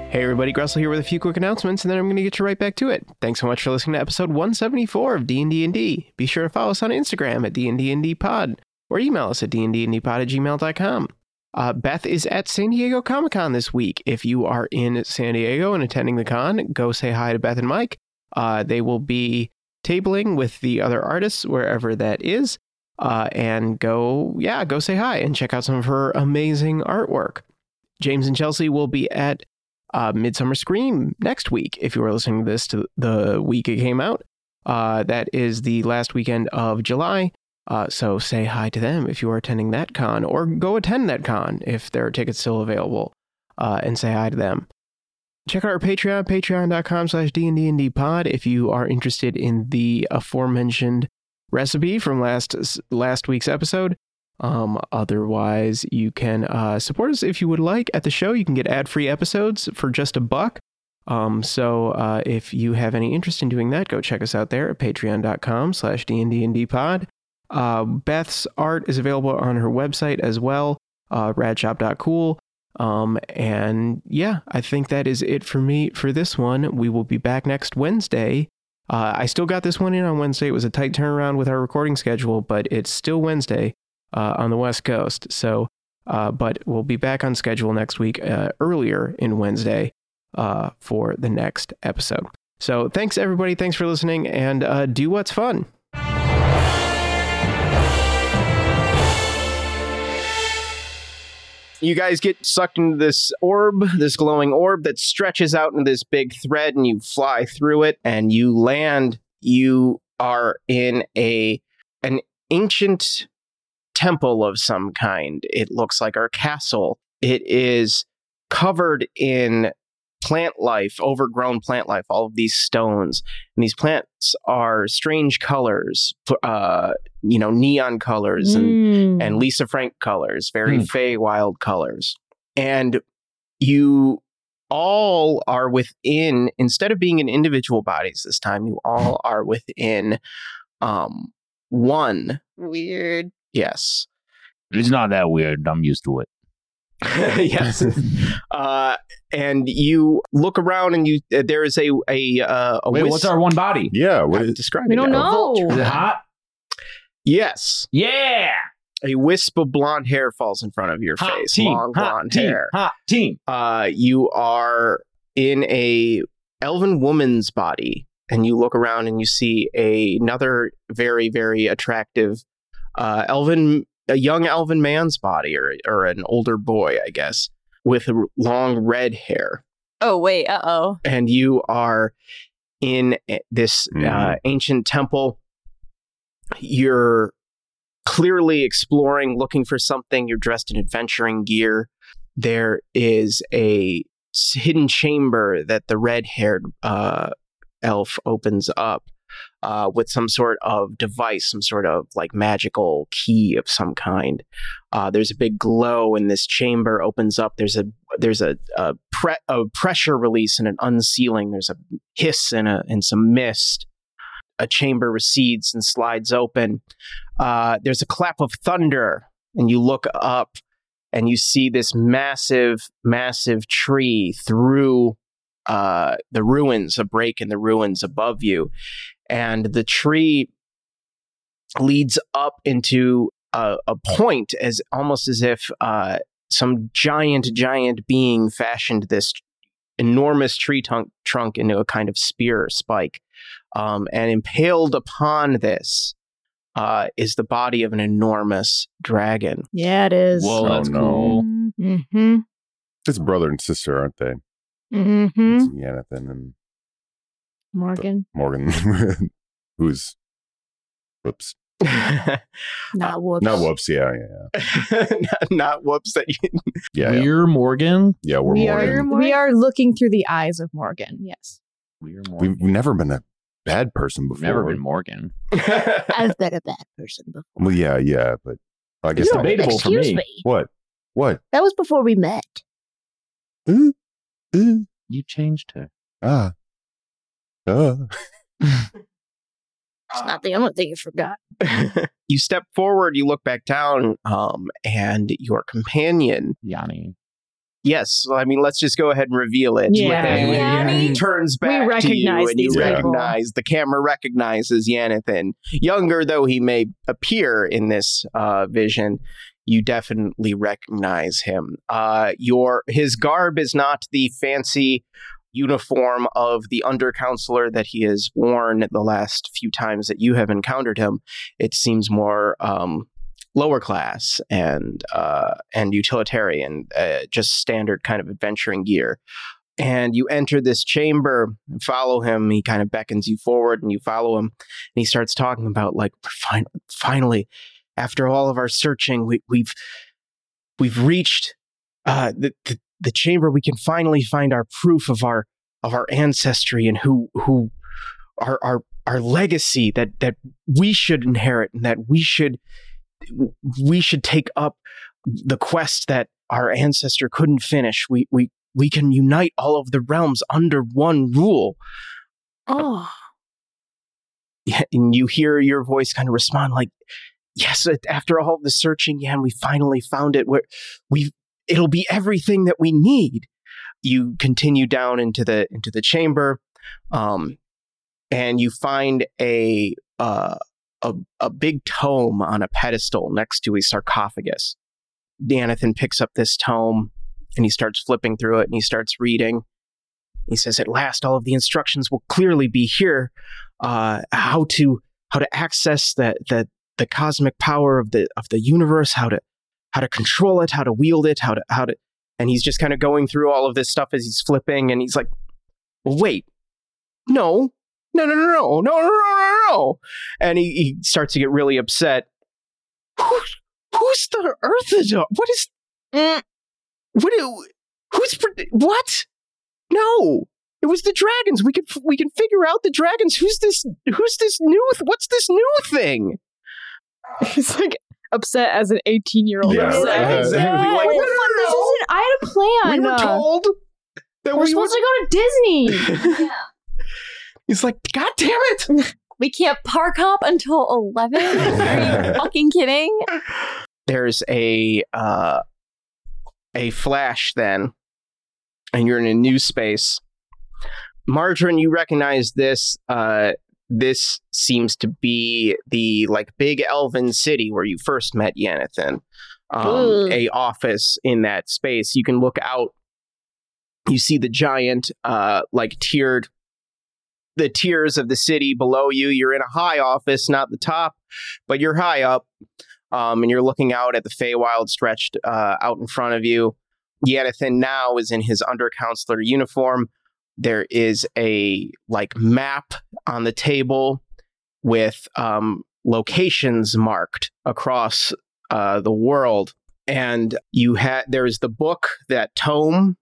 Hey everybody, Gressel here with a few quick announcements, and then I'm going to get you right back to it. Thanks so much for listening to episode 174 of D&D&D. Be sure to follow us on Instagram at D&D&D Pod, or email us at dnddpod at gmail.com. Uh, Beth is at San Diego Comic Con this week. If you are in San Diego and attending the con, go say hi to Beth and Mike. Uh, they will be tabling with the other artists wherever that is, uh, and go, yeah, go say hi and check out some of her amazing artwork. James and Chelsea will be at uh, Midsummer Scream next week. If you are listening to this to the week it came out, uh, that is the last weekend of July. Uh, so say hi to them if you are attending that con, or go attend that con if there are tickets still available, uh, and say hi to them. Check out our Patreon, patreon.com slash dndndpod if you are interested in the aforementioned recipe from last last week's episode. Um, otherwise, you can uh, support us if you would like at the show. You can get ad free episodes for just a buck. Um, so uh, if you have any interest in doing that, go check us out there at patreon.com slash dndndpod. Uh, Beth's art is available on her website as well, uh, radshop.cool. Um, and yeah, I think that is it for me for this one. We will be back next Wednesday. Uh, I still got this one in on Wednesday. It was a tight turnaround with our recording schedule, but it's still Wednesday uh, on the West Coast. So, uh, but we'll be back on schedule next week, uh, earlier in Wednesday, uh, for the next episode. So, thanks everybody. Thanks for listening, and uh, do what's fun. You guys get sucked into this orb, this glowing orb that stretches out into this big thread, and you fly through it, and you land. You are in a an ancient temple of some kind. It looks like our castle. It is covered in plant life, overgrown plant life, all of these stones. And these plants are strange colors, pl- uh, you know, neon colors and Mm. and Lisa Frank colors, very Hmm. Fey Wild colors. And you all are within, instead of being in individual bodies this time, you all are within um, one. Weird. Yes. It's not that weird. I'm used to it. yes. Uh, and you look around and you uh, there is a a uh, a Wait, whis- what's our one body? Yeah. What I'm is, describing We it don't now. know. Is it hot? Yes, Yeah. a wisp of blonde hair falls in front of your Hot face. team. Long hot blonde team. hair. Hot team. Uh, you are in a elven woman's body, and you look around and you see a, another very very attractive uh, elven, a young elven man's body, or or an older boy, I guess, with r- long red hair. Oh wait, uh oh. and you are in a- this uh, Mhm. ancient temple. You're clearly exploring, looking for something. You're dressed in adventuring gear. There is a s- hidden chamber that the red haired uh, elf opens up uh, with some sort of device, some sort of like magical key of some kind. Uh, there's a big glow, and this chamber opens up. There's a there's a a, pre- a pressure release and an unsealing. There's a hiss and a and some mist. A chamber recedes and slides open. Uh, there's a clap of thunder, and you look up, and you see this massive, massive tree through uh, the ruins, a break in the ruins above you, and the tree leads up into a, a point, as almost as if. Uh, some giant, giant being fashioned this enormous tree trunk, trunk into a kind of spear or spike. Um, and impaled upon this uh, is the body of an enormous dragon. Yeah, it is. Whoa, Oh, that's no. cool. Mm-hmm. it's brother and sister, aren't they? Mm-hmm. It's Yannathan and Morgan, Morgan, who's whoops, not whoops. not whoops. Yeah, yeah, not, not whoops that you. yeah, yeah. yeah. We're Morgan. yeah we're We Morgan. are, we are looking through the eyes of Morgan. Yes. We're We've Morgan. never been a bad person We've before. never been Morgan. I've been a bad person before. Well, yeah, yeah, but I guess It's not. debatable. for Excuse me. What? What? That was before we met. Ooh, ooh, You changed her. ah, ah. It's not the only thing you forgot. you step forward, you look back down, um, and your companion. Yanni. Yes, well, I mean, let's just go ahead and reveal it. Yeah. With a- Yanni? turns We back to you recognize and you these people. recognize the camera recognizes Yanathan. Younger though he may appear in this uh, vision, you definitely recognize him. Uh, your his garb is not the fancy uniform of the under counselor that he has worn the last few times that you have encountered him. It seems more um, lower class and uh, and utilitarian, uh, just standard kind of adventuring gear and you enter this chamber and follow him he kind of beckons you forward and you follow him and he starts talking about like fin- finally after all of our searching we, we've we've reached uh, the, the the chamber we can finally find our proof of our of our ancestry and who who our our our legacy that that we should inherit and that we should we should take up the quest that our ancestor couldn't finish we we we can unite all of the realms under one rule. Oh, Yeah, And you hear your voice kind of respond like, "Yes, after all the searching, yeah, and we finally found it. Where we, it'll be everything that we need." You continue down into the into the chamber, um, and you find a uh, a a big tome on a pedestal next to a sarcophagus. Danathan picks up this tome and he starts flipping through it and he starts reading. He says, "At last, all of the instructions will clearly be here. Uh, how to how to access the the the cosmic power of the of the universe. How to how to control it. How to wield it. How to how to." And he's just kind of going through all of this stuff as he's flipping, and he's like, "Well, wait, no, no, no, no, no, no, no, no, no, no!" And he, he starts to get really upset. Who, who's the Earth? What is? Mm, what? do- Who's? pre- What? No, it was the dragons. We could we can figure out the dragons. Who's this? Who's this new? Th- what's this new thing? He's like upset as an 18 year old. Yeah, right. Exactly. Like, no, no, no, This no. isn't, I had a plan. We were told that We're we supposed were. to go to Disney. He's like, God damn it! We can't park hop until eleven. Are you fucking kidding? There's a uh, a flash then, and you're in a new space. Margarine, you recognize this. Uh, this seems to be the like big elven city where you first met Yanathan. Um, Ooh. a office in that space. You can look out. You see the giant, uh, like tiered, the tiers of the city below you. You're in a high office, not the top, but you're high up, um, and you're looking out at the Feywild stretched uh, out in front of you. Yanathan now is in his under counselor uniform. There is a like map on the table with um, locations marked across uh, the world. And you had there is the book that tome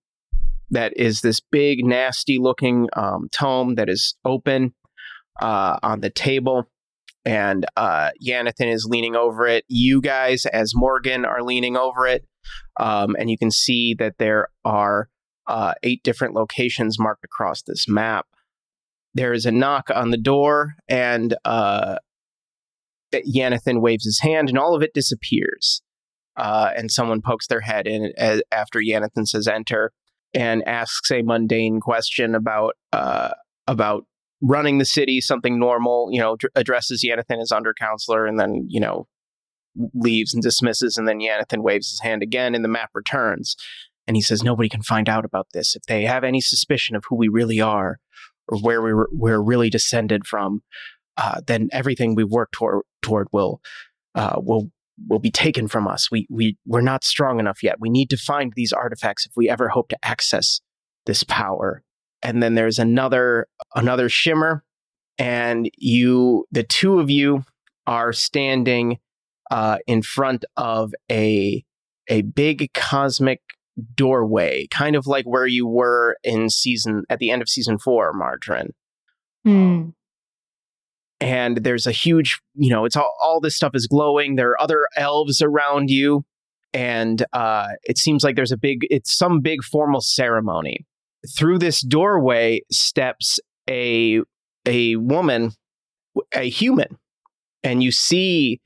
that is this big nasty looking um, tome that is open uh, on the table. And uh, Yanathan is leaning over it. You guys, as Morgan, are leaning over it. Um, and you can see that there are uh, eight different locations marked across this map. There is a knock on the door, and uh, that Yanathan waves his hand and all of it disappears. Uh, and someone pokes their head in a after Yanathan says enter and asks a mundane question about uh, about running the city, something normal, you know, dr- addresses Yanathan as under counselor and then, you know, leaves and dismisses. And then Yanathan waves his hand again and the map returns. And he says, nobody can find out about this. If they have any suspicion of who we really are or where we were, we're really descended from, uh, then everything we work toward toward will uh, will will be taken from us. We we we're not strong enough yet. We need to find these artifacts if we ever hope to access this power. And then there's another another shimmer, and you the two of you are standing uh, in front of a a big cosmic doorway, kind of like where you were in season at the end of season four, Margarine Hmm. and there's a huge you know it's all, all this stuff is glowing there are other elves around you and uh, it seems like there's a big it's some big formal ceremony through this doorway steps a a woman a human and you see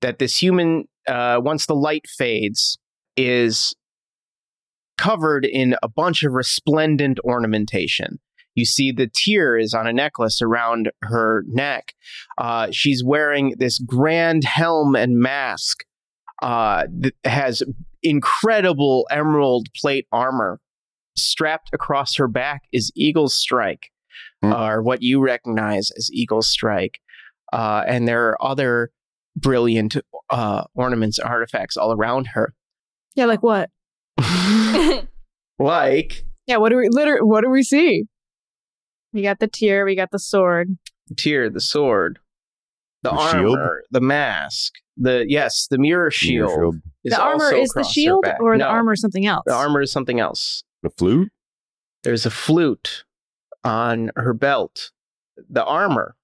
that this human uh, once the light fades is covered in a bunch of resplendent ornamentation you see the tear is on a necklace around her neck. Uh, she's wearing this grand helm and mask uh, that has incredible emerald plate armor. Strapped across her back is Eagle Strike, Hmm. or what you recognize as Eagle Strike. Uh, and there are other brilliant uh, ornaments, artifacts all around her. Yeah, like what? like Yeah, what do we literally what do we see? We got the tear, we got the sword. Tyr, the sword, the, The shield? armor, the mask, the yes, the mirror shield. Shield. Is The armor also is the across her shield back. or the No, armor is something else? The armor is something else. The flute. There's a flute on her belt. The armor,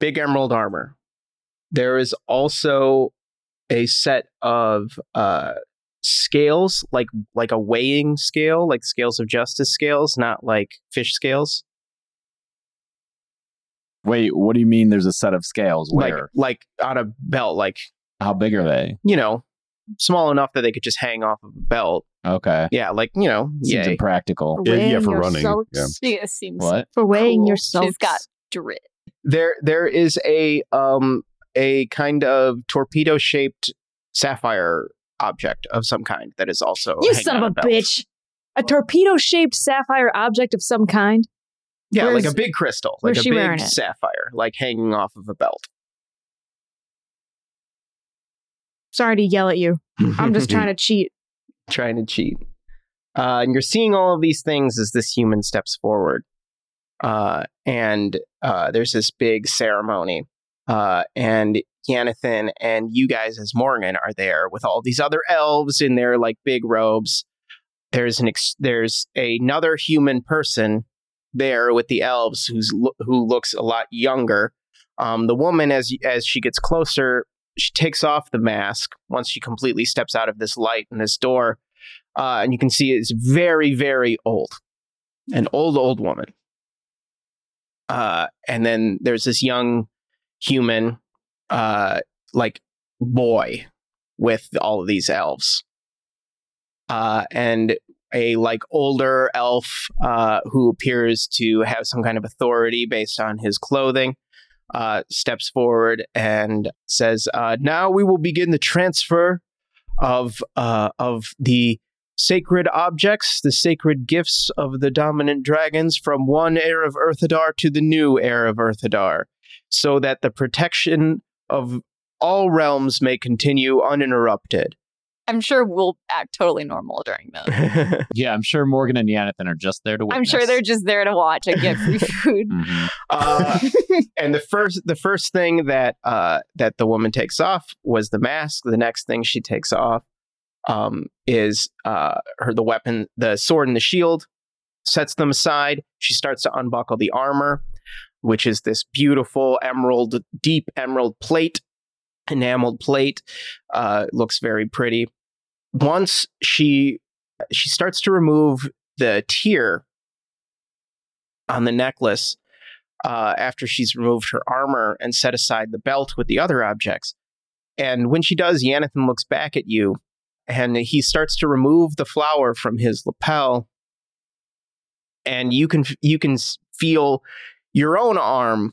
big emerald armor. There is also a set of uh, scales, like like a weighing scale, like scales of justice scales, not like fish scales. Wait, what do you mean? There's a set of scales. Where? Like like on a belt, like How big are they? you know, small enough that they could just hang off of a belt. Okay, Yeah, like you know, seems yay. impractical. Yeah, yeah, weighing for your running, salts- yeah. She seems What? For weighing cool. your She's salts. got drip. there there is a um a kind of torpedo shaped sapphire object of some kind that is also You hanging son Oh, on of a belt. bitch. A torpedo shaped sapphire object of some kind. yeah Where's- like a big crystal like where's a she wearing big it? sapphire like hanging off of a belt Sorry to yell at you. I'm just trying to cheat. trying to cheat uh, and you're seeing all of these things as this human steps forward uh, and uh, there's this big ceremony uh, and Yanathan and you guys as Morgan are there with all these other elves in their like big robes. There's an ex- there's another human person there with the elves who's lo- who looks a lot younger. Um, the woman as as she gets closer, she takes off the mask once she completely steps out of this light and this door, uh, and you can see it's very very old, an old old woman. Uh, and then there's this young human uh like boy with all of these elves uh, and a like older elf uh, who appears to have some kind of authority based on his clothing uh, steps forward and says, uh, "Now we will begin the transfer of uh, of the sacred objects, the sacred gifts of the dominant dragons, from one heir of Earthadar to the new heir of Earthadar, so that the protection of all realms may continue uninterrupted." I'm sure we'll act totally normal during those. Yeah, I'm sure Morgan and Yanathan are just there to witness. I'm sure they're just there to watch and get free food. Mhm. Uh, and the first the first thing that uh, that the woman takes off was the mask. The next thing she takes off um, is uh, her the weapon, the sword and the shield. Sets them aside. She starts to unbuckle the armor, which is this beautiful emerald, deep emerald plate, enameled plate. Uh, looks very pretty. Once she she starts to remove the tear on the necklace uh, after she's removed her armor and set aside the belt with the other objects. And when she does, Yanathan looks back at you and he starts to remove the flower from his lapel. And you can you can s- feel your own arm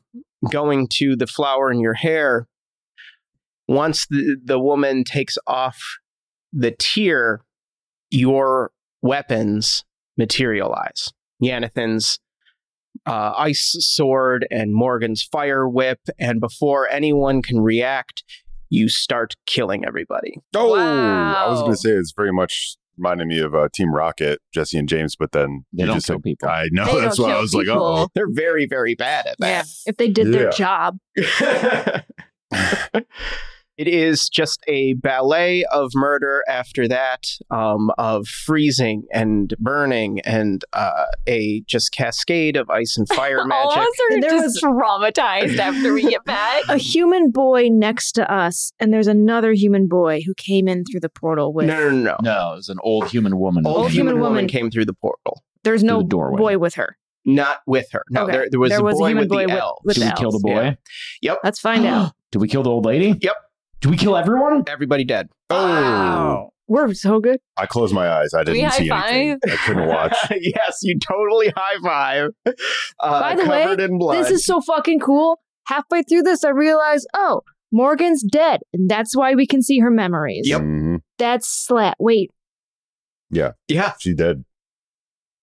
going to the flower in your hair. Once the, the woman takes off the tear, your weapons materialize. Yanathan's uh, ice sword and Morgan's fire whip. And before anyone can react, you start killing everybody. Oh, I was Wow. going to say it's very much reminded me of uh, Team Rocket, Jesse and James, but then They you don't just kill said- people. I know They that's don't why I kill was like, people. oh, They're very, very bad at Yeah. that. If they did Yeah. their job. it is just a ballet of murder after that, um, of freezing and burning and uh, a just cascade of ice and fire All of magic. us are And there just was- traumatized after we get back. A human boy next to us, and there's another human boy who came in through the No, portal with. no, no. no. No, it's an old human woman. Old human, human woman, woman. came through the portal, There's no the doorway. boy with her. not with her. No, Okay. there, there was There a was a boy human with boy the with- elves. with Did we kill the boy? Yeah. Yep, Let's find out. Did we kill the old lady? Yep. Did we kill everyone? everybody dead. oh. We're so good. I closed my eyes. I Do we didn't see high anything. I couldn't watch. yes, you totally high five. Uh, By the way, covered in blood. This is so fucking cool. Halfway through this, I realized, oh, Morgan's dead, and that's why we can see her memories. Yep. Mhm. That's slat. Wait, yeah, She did.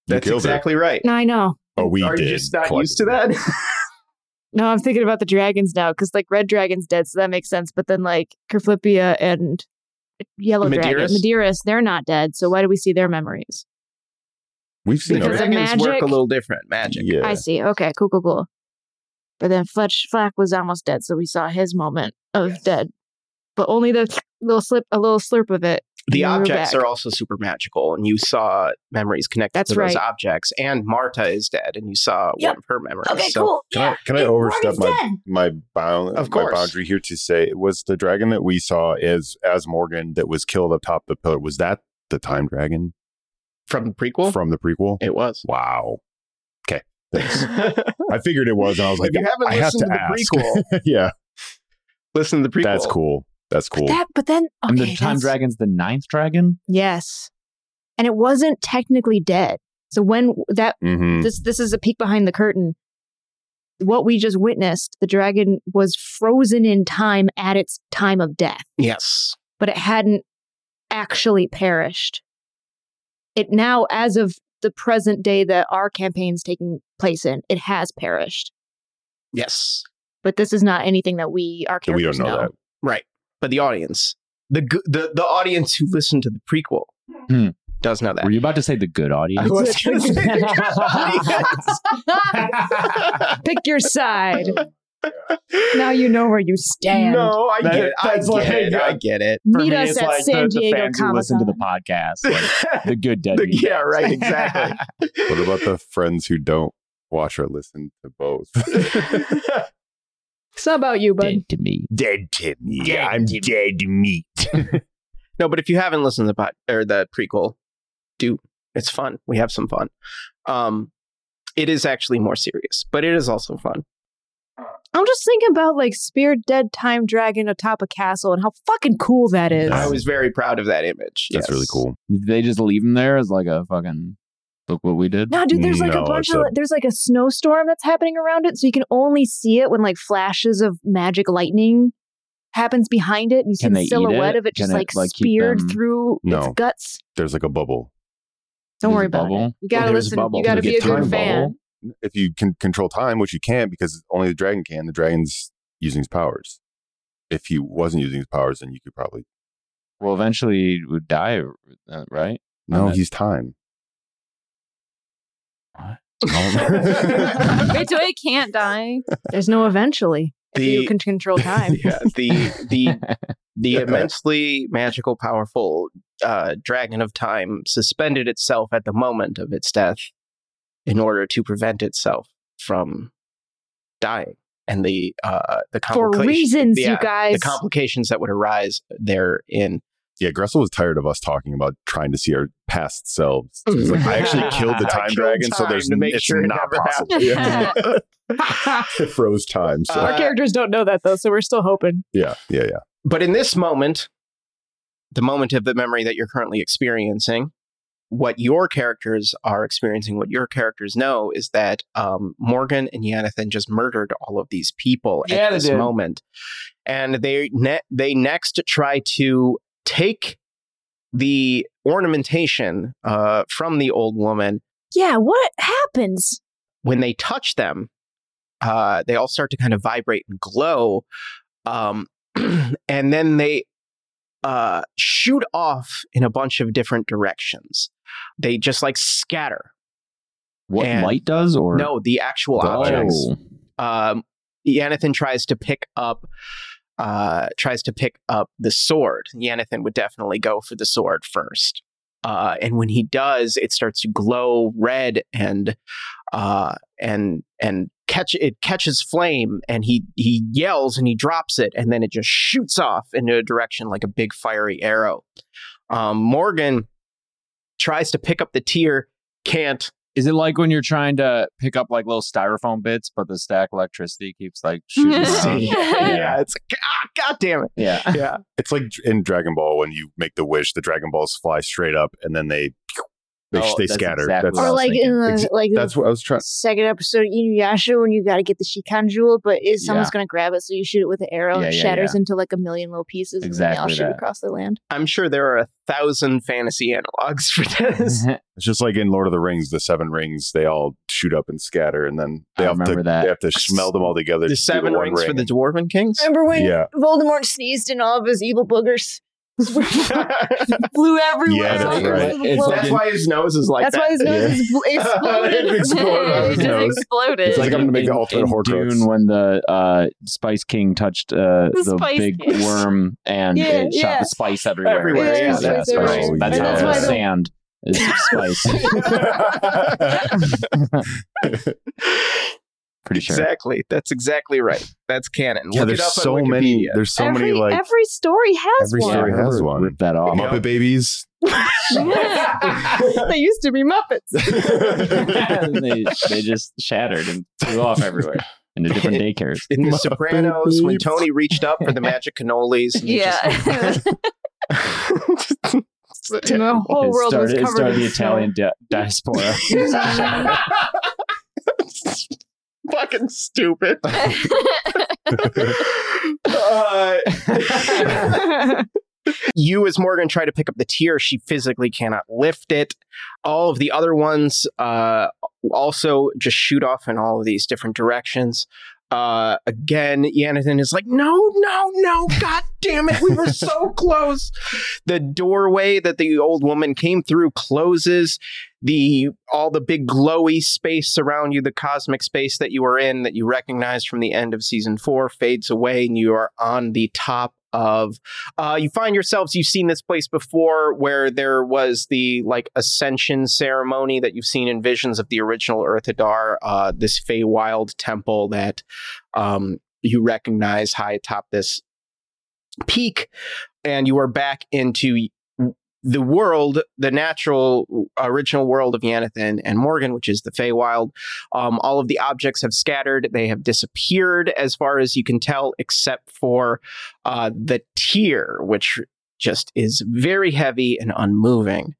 You that's killed exactly right. no, I know. her. Oh, we Are did. you just not used to that? No, I'm thinking about the dragons now because like red dragon's dead, so that makes sense. But then like Kerflippia and yellow dragon, Medeiros? Medeiros, they're not dead. So why do we see their memories? We've the seen Because her. of dragons work magic? a little different. Magic. Yeah. I see. Okay, cool, cool, cool. But then Fletch Flack was almost dead, so we saw his moment of dead, but only the little slip, a little slurp of it. The You were objects back. are also super magical, and you saw memories connected That's to those right. objects. And Marta is dead, and you saw one of her memories. Okay, so cool. Can yeah. I can I Yeah, overstep Morgan's my dead. my bound Of my course. boundary here to say was the dragon that we saw as as Morgan that was killed up top the pillar was that the time dragon from the prequel, from the prequel? it was. Wow. Okay. Thanks. if I figured it was, and I was like, you haven't I have listened to to, the ask. prequel, yeah, listen to the prequel. that's cool. That's cool. But that, but then okay, and the time that's- dragon's the ninth dragon? Yes, and it wasn't technically dead. So when that Mm-hmm. hmm this this is a peek behind the curtain. What we just witnessed, the dragon was frozen in time at its time of death, Yes. but it hadn't actually perished. It now, as of the present day that our campaign's taking place in, it has perished. Yes. But this is not anything that we our we characters don't know that. Right. But the audience, the g- the the audience who listened to the prequel, Hmm. does know that. Were you about to say the good I audience? was gonna say Pick your side. now you know where you stand. No, I That- get, it. I that's get like, it. I yeah. get it. For Meet me, us it's at like San the, the Diego fans who Comic listen to the Con. podcast. like, the good dead. The- meat yeah, guys. right, exactly. What about the friends who don't watch or listen to both? So about you, bud. dead to me. dead to me. I'm dead meat. no, but if you haven't listened to the pod, or the prequel, do it's fun. We have some fun. Um, it is actually more serious, but it is also fun. I'm just thinking about like spear dead time dragon atop a castle and how fucking cool that is. I was very proud of that image. That's really yes. cool. They just leave him there as like a fucking look what we did. No, dude, there's like No, a bunch it's of a- there's like a snowstorm that's happening around it, so you can only see it when like flashes of magic lightning happens behind it, and you see Can they the eat silhouette it? of it just Can it, like, like, keep speared them- through its No. guts. There's like a bubble. Don't There's worry a about bubble. it. You There's gotta a listen. bubble. You gotta You be a get time good fan. bubble. If you can control time, which you can't because only the dragon can, the dragon's using his powers. If he wasn't using his powers, then you could probably Well, eventually he would die, uh, right? no. Okay. He's time. Wait, so it can't die. There's no eventually. If The- you can control time. yeah, the the the immensely magical, powerful uh, dragon of time suspended itself at the moment of its death in order to prevent itself from dying, and the uh, the For complication- reasons, yeah, you guys. the complications that would arise therein. Yeah, Gressel was tired of us talking about trying to see our past selves. He was like, I actually killed the I time killed dragon, so time there's to make it's sure it not never possible. Yeah. it froze time. So Uh, Our characters don't know that though, so we're still hoping. yeah, yeah, yeah. But in this moment, the moment of the memory that you're currently experiencing, what your characters are experiencing, what your characters know is that um, Morgan and Yanathan just murdered all of these people Yeah, at they this did. moment, and they ne- they next try to take the ornamentation uh, from the old woman. Yeah, what happens? When they touch them, uh, they all start to kind of vibrate and glow, um, and then they uh, shoot off in a bunch of different directions. They just like scatter. What And- light does or no, the actual The objects. Oh. Um, Yanathan tries to pick up. Uh, tries to pick up the sword. Yanathan would definitely go for the sword first. Uh, and when he does, it starts to glow red and uh, and and catch it catches flame and he he yells and he drops it and then it just shoots off into a direction like a big fiery arrow. Um, Morgan tries to pick up the tear, can't. Is it like when you're trying to pick up like little styrofoam bits, but the stack electricity keeps like shooting around? yeah, it's like, ah, god damn it. Yeah. Yeah, It's like in Dragon Ball when you make the wish, the Dragon Balls fly straight up and then they they, Oh, they that's scatter. exactly that's, what I Or was like thinking. in the Ex- like the that's what I was trying. second episode of Inuyasha when you got to get the Shikan jewel, but is someone's Yeah. going to grab it, so you shoot it with an arrow and Yeah, it yeah, shatters into like a million little pieces, and they all Exactly shoot that. across the land. I'm sure there are a thousand fantasy analogs for Mm-hmm. this. It's just like in Lord of the Rings, the seven rings, they all shoot up and scatter, and then they I have to remember that. they have to smell them all together. the to do seven one rings for ring. the Dwarven Kings. Remember when Yeah. Voldemort sneezed and all of his evil boogers flew everywhere? Yeah, that's All his right. little It's blood- like That's why his nose is like That's that. why his nose Yeah. is bl- exploded. exploded on it his just nose. exploded. It's like I'm gonna make in- the ultimate in Horcrux. Dune when the uh, Spice King touched uh, The the, Spice big King. worm and Yeah, it shot yeah. the spice everywhere. Everywhere, Yeah, yeah. That's, spice how- everywhere. that's And how that's the why the- sand is spice. Pretty sure. Exactly. That's exactly right. That's canon. yeah, Look it there's up on so many. Wikipedia. There's so every, many like every story has every one. story Yeah, has rip- one. Rip that off. Muppet Babies. They used to be Muppets. And they, they just shattered and flew off everywhere into different daycares. in The Sopranos, when Muppets. Tony reached up for the magic cannolis, and he yeah. just- And the whole It world started, was it covered started in the snow. Italian di- diaspora. fucking stupid. Uh, you as Morgan try to pick up the tear. She physically cannot lift it. All of the other ones uh, also just shoot off in all of these different directions. Uh, again, Yanathan is like, no, no, no, god damn it, we were so close. The doorway that the old woman came through closes. The all the big glowy space around you, the cosmic space that you were in that you recognized from the end of season four fades away, and you are on the top of uh, you find yourselves, you've seen this place before where there was the like ascension ceremony that you've seen in visions of the original Earth Adar, uh, this Feywild temple that um, you recognize high atop this peak. And you are back into the world, the natural original world of Yanathan and Morgan, which is the Feywild, um, all of the objects have scattered. They have disappeared as far as you can tell, except for uh, the tear, which just is very heavy and unmoving.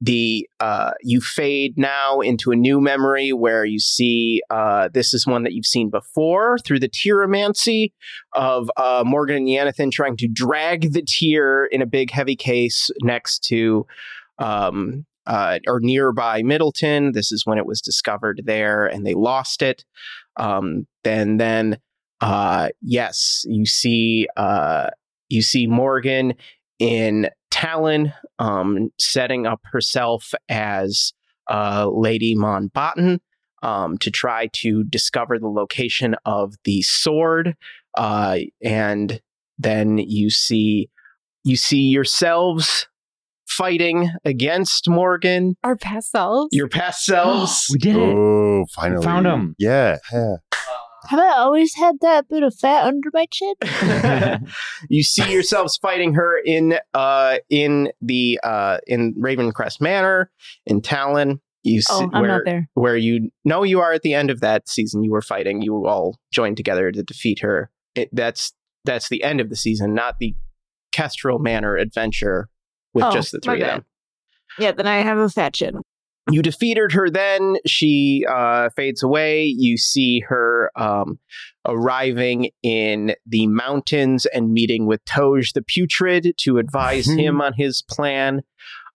The uh, you fade now into a new memory where you see uh, this is one that you've seen before through the tyromancy of uh, Morgan and Yanathan trying to drag the tear in a big heavy case next to um, uh, or nearby Middleton. This is when it was discovered there, and they lost it. Um, and then uh, yes, you see uh, you see Morgan in Talon um, setting up herself as uh, Lady Monbotton um, to try to discover the location of the sword. Uh, and then you see you see yourselves fighting against Morgan, Our past selves. your past selves. we did it. Oh, finally. found 'em. Yeah. yeah. Have I always had that bit of fat under my chin? you see yourselves fighting her in uh in the uh in Ravencrest Manor in Talon. You see Oh, I'm where not there. where you know you are at the end of that season. You were fighting. You all joined together to defeat her. It, that's that's the end of the season, not the Kestrel Manor adventure with Oh, just the my three of bad. them. Yeah, then I have a fat chin. you defeated her then she uh, fades away you see her um, arriving in the mountains and meeting with Toj the putrid to advise him on his plan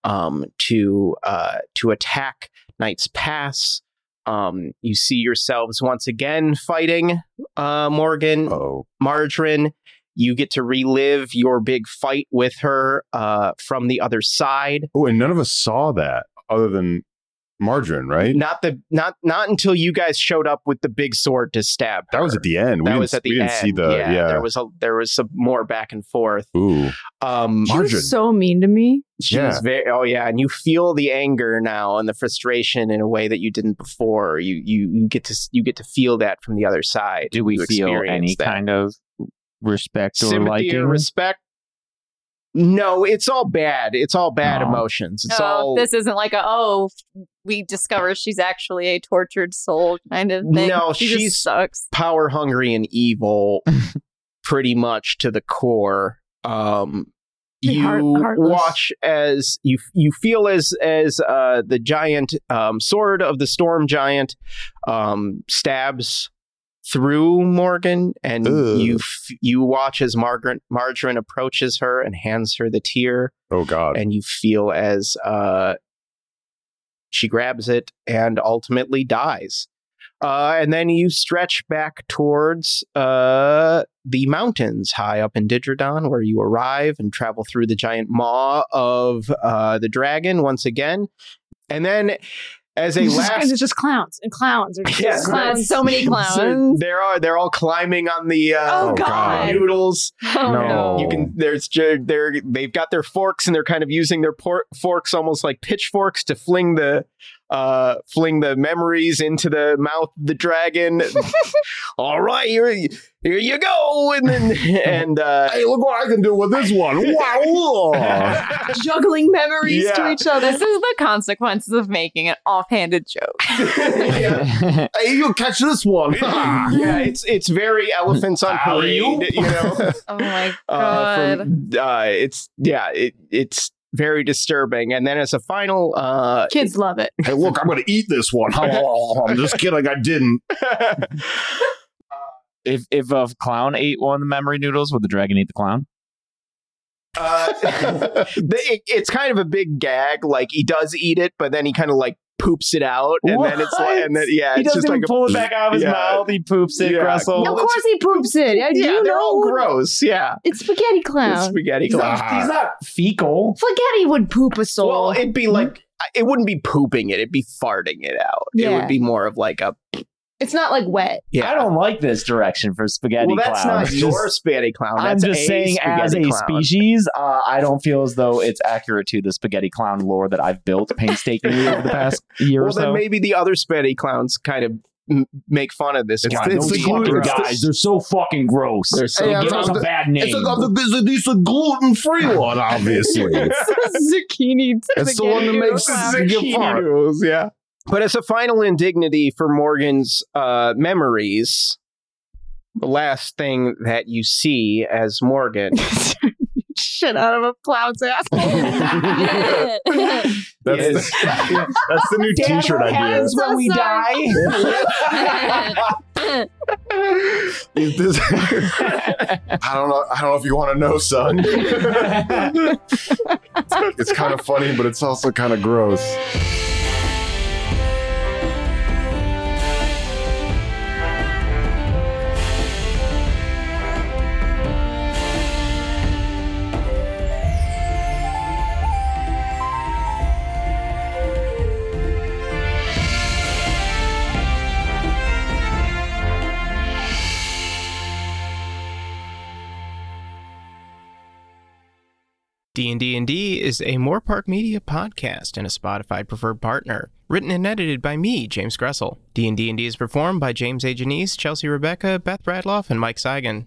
um, to uh, to attack knight's pass um, you see yourselves once again fighting uh, morgan Oh, Margarine. You get to relive your big fight with her uh, from the other side. oh, and none of us saw that other than Margarine, right? not the not not until you guys showed up with the big sword to stab. That was her. at the end. We that didn't, was at the we didn't end. see the yeah. yeah, there was a there was some more back and forth. Ooh, Um, She Margin. was so mean to me. she Yeah. was very oh yeah, and you feel the anger now and the frustration in a way that you didn't before. You you you get to s- you get to feel that from the other side. Do we You feel experience any that. kind of respect or sympathy liking? or respect? No, it's all bad. It's all bad No. emotions. It's No, all this isn't like a oh we discover she's actually a tortured soul kind of thing. No, she she's- just sucks. power hungry and evil pretty much to the core um Pretty you heart- heartless. watch as you you feel as as uh the giant um sword of the storm giant um stabs through Morgan and Ugh. you f- you watch as Margaret Margarine approaches her and hands her the tear oh god. and you feel as uh, she grabs it and ultimately dies. Uh, and then you stretch back towards uh, the mountains high up in Digidon, where you arrive and travel through the giant maw of uh, the dragon once again. And then, as a It's just, last it's just clowns and clowns. Are just Yeah, just right. clowns. Clowns, so many So clowns. there are they're all climbing on the uh, Oh, Oh, God. God. noodles. Oh, No. You can there's ju- they're they've got their forks and they're kind of using their por- forks almost like pitchforks to fling the uh fling the memories into the mouth of the dragon. All right, here, here you go. And then and uh Hey, look what I can do with this one! Wow! juggling memories Yeah. to each other. This is the consequences of making an offhanded joke. yeah. hey, you catch this one! Yeah, it's it's very elephants on parade, you know. Oh my uh, god. from, uh, it's yeah, it, it's very disturbing. And then as a final, uh, Kids love it. hey, look, I'm gonna eat this one. Oh, I'm just kidding, I didn't. if if a clown ate one of the memory noodles, would the dragon eat the clown? uh, they, it, it's kind of a big gag. Like he does eat it, but then he kind of like poops it out, and then it's like, and then yeah, it's just like a, pull it back out of his mouth, He poops it, Gressel. of course he poops it. yeah, I, you they're know, Oh. all gross. Yeah, it's spaghetti It's clown. spaghetti clown. fecal. spaghetti would poop a soul. Well, it'd be like it wouldn't be pooping it; it'd be farting it out. It Yeah. would be more of like a it's not like wet. yeah. I don't like this direction for spaghetti well, that's clown. not Just- your spaghetti clown. I'm That's just Um, a saying, as a spaghetti clown. species, uh, I don't feel as though it's accurate to the spaghetti clown lore that I've built painstakingly over the past year Well, or then so. maybe the other spaghetti clowns kind of m- make fun of this It's- guy. it's Don't the be gluten- gross. guys, they're so fucking gross. They're so Yeah, gross. I'm- bad it's a, it's a gluten free one, obviously. zucchini. It's the one that makes spaghetti zucchini noodle clown. noodle. noodles, yeah. But as a final indignity for Morgan's uh, memories, the last thing that you see as Morgan Shit out of a clown's asshole. That's, is the, that's the new t shirt idea. when we Is this- I don't know. I don't know if you want to know, son. it's kind of funny, but it's also kind of gross. D&D and D is a Moore Park Media podcast and a Spotify preferred partner. Written and edited by me, James Gressel. D&D and D is performed by James A. Janice, Chelsea Rebecca, Beth Bradloff, and Mike Seigan.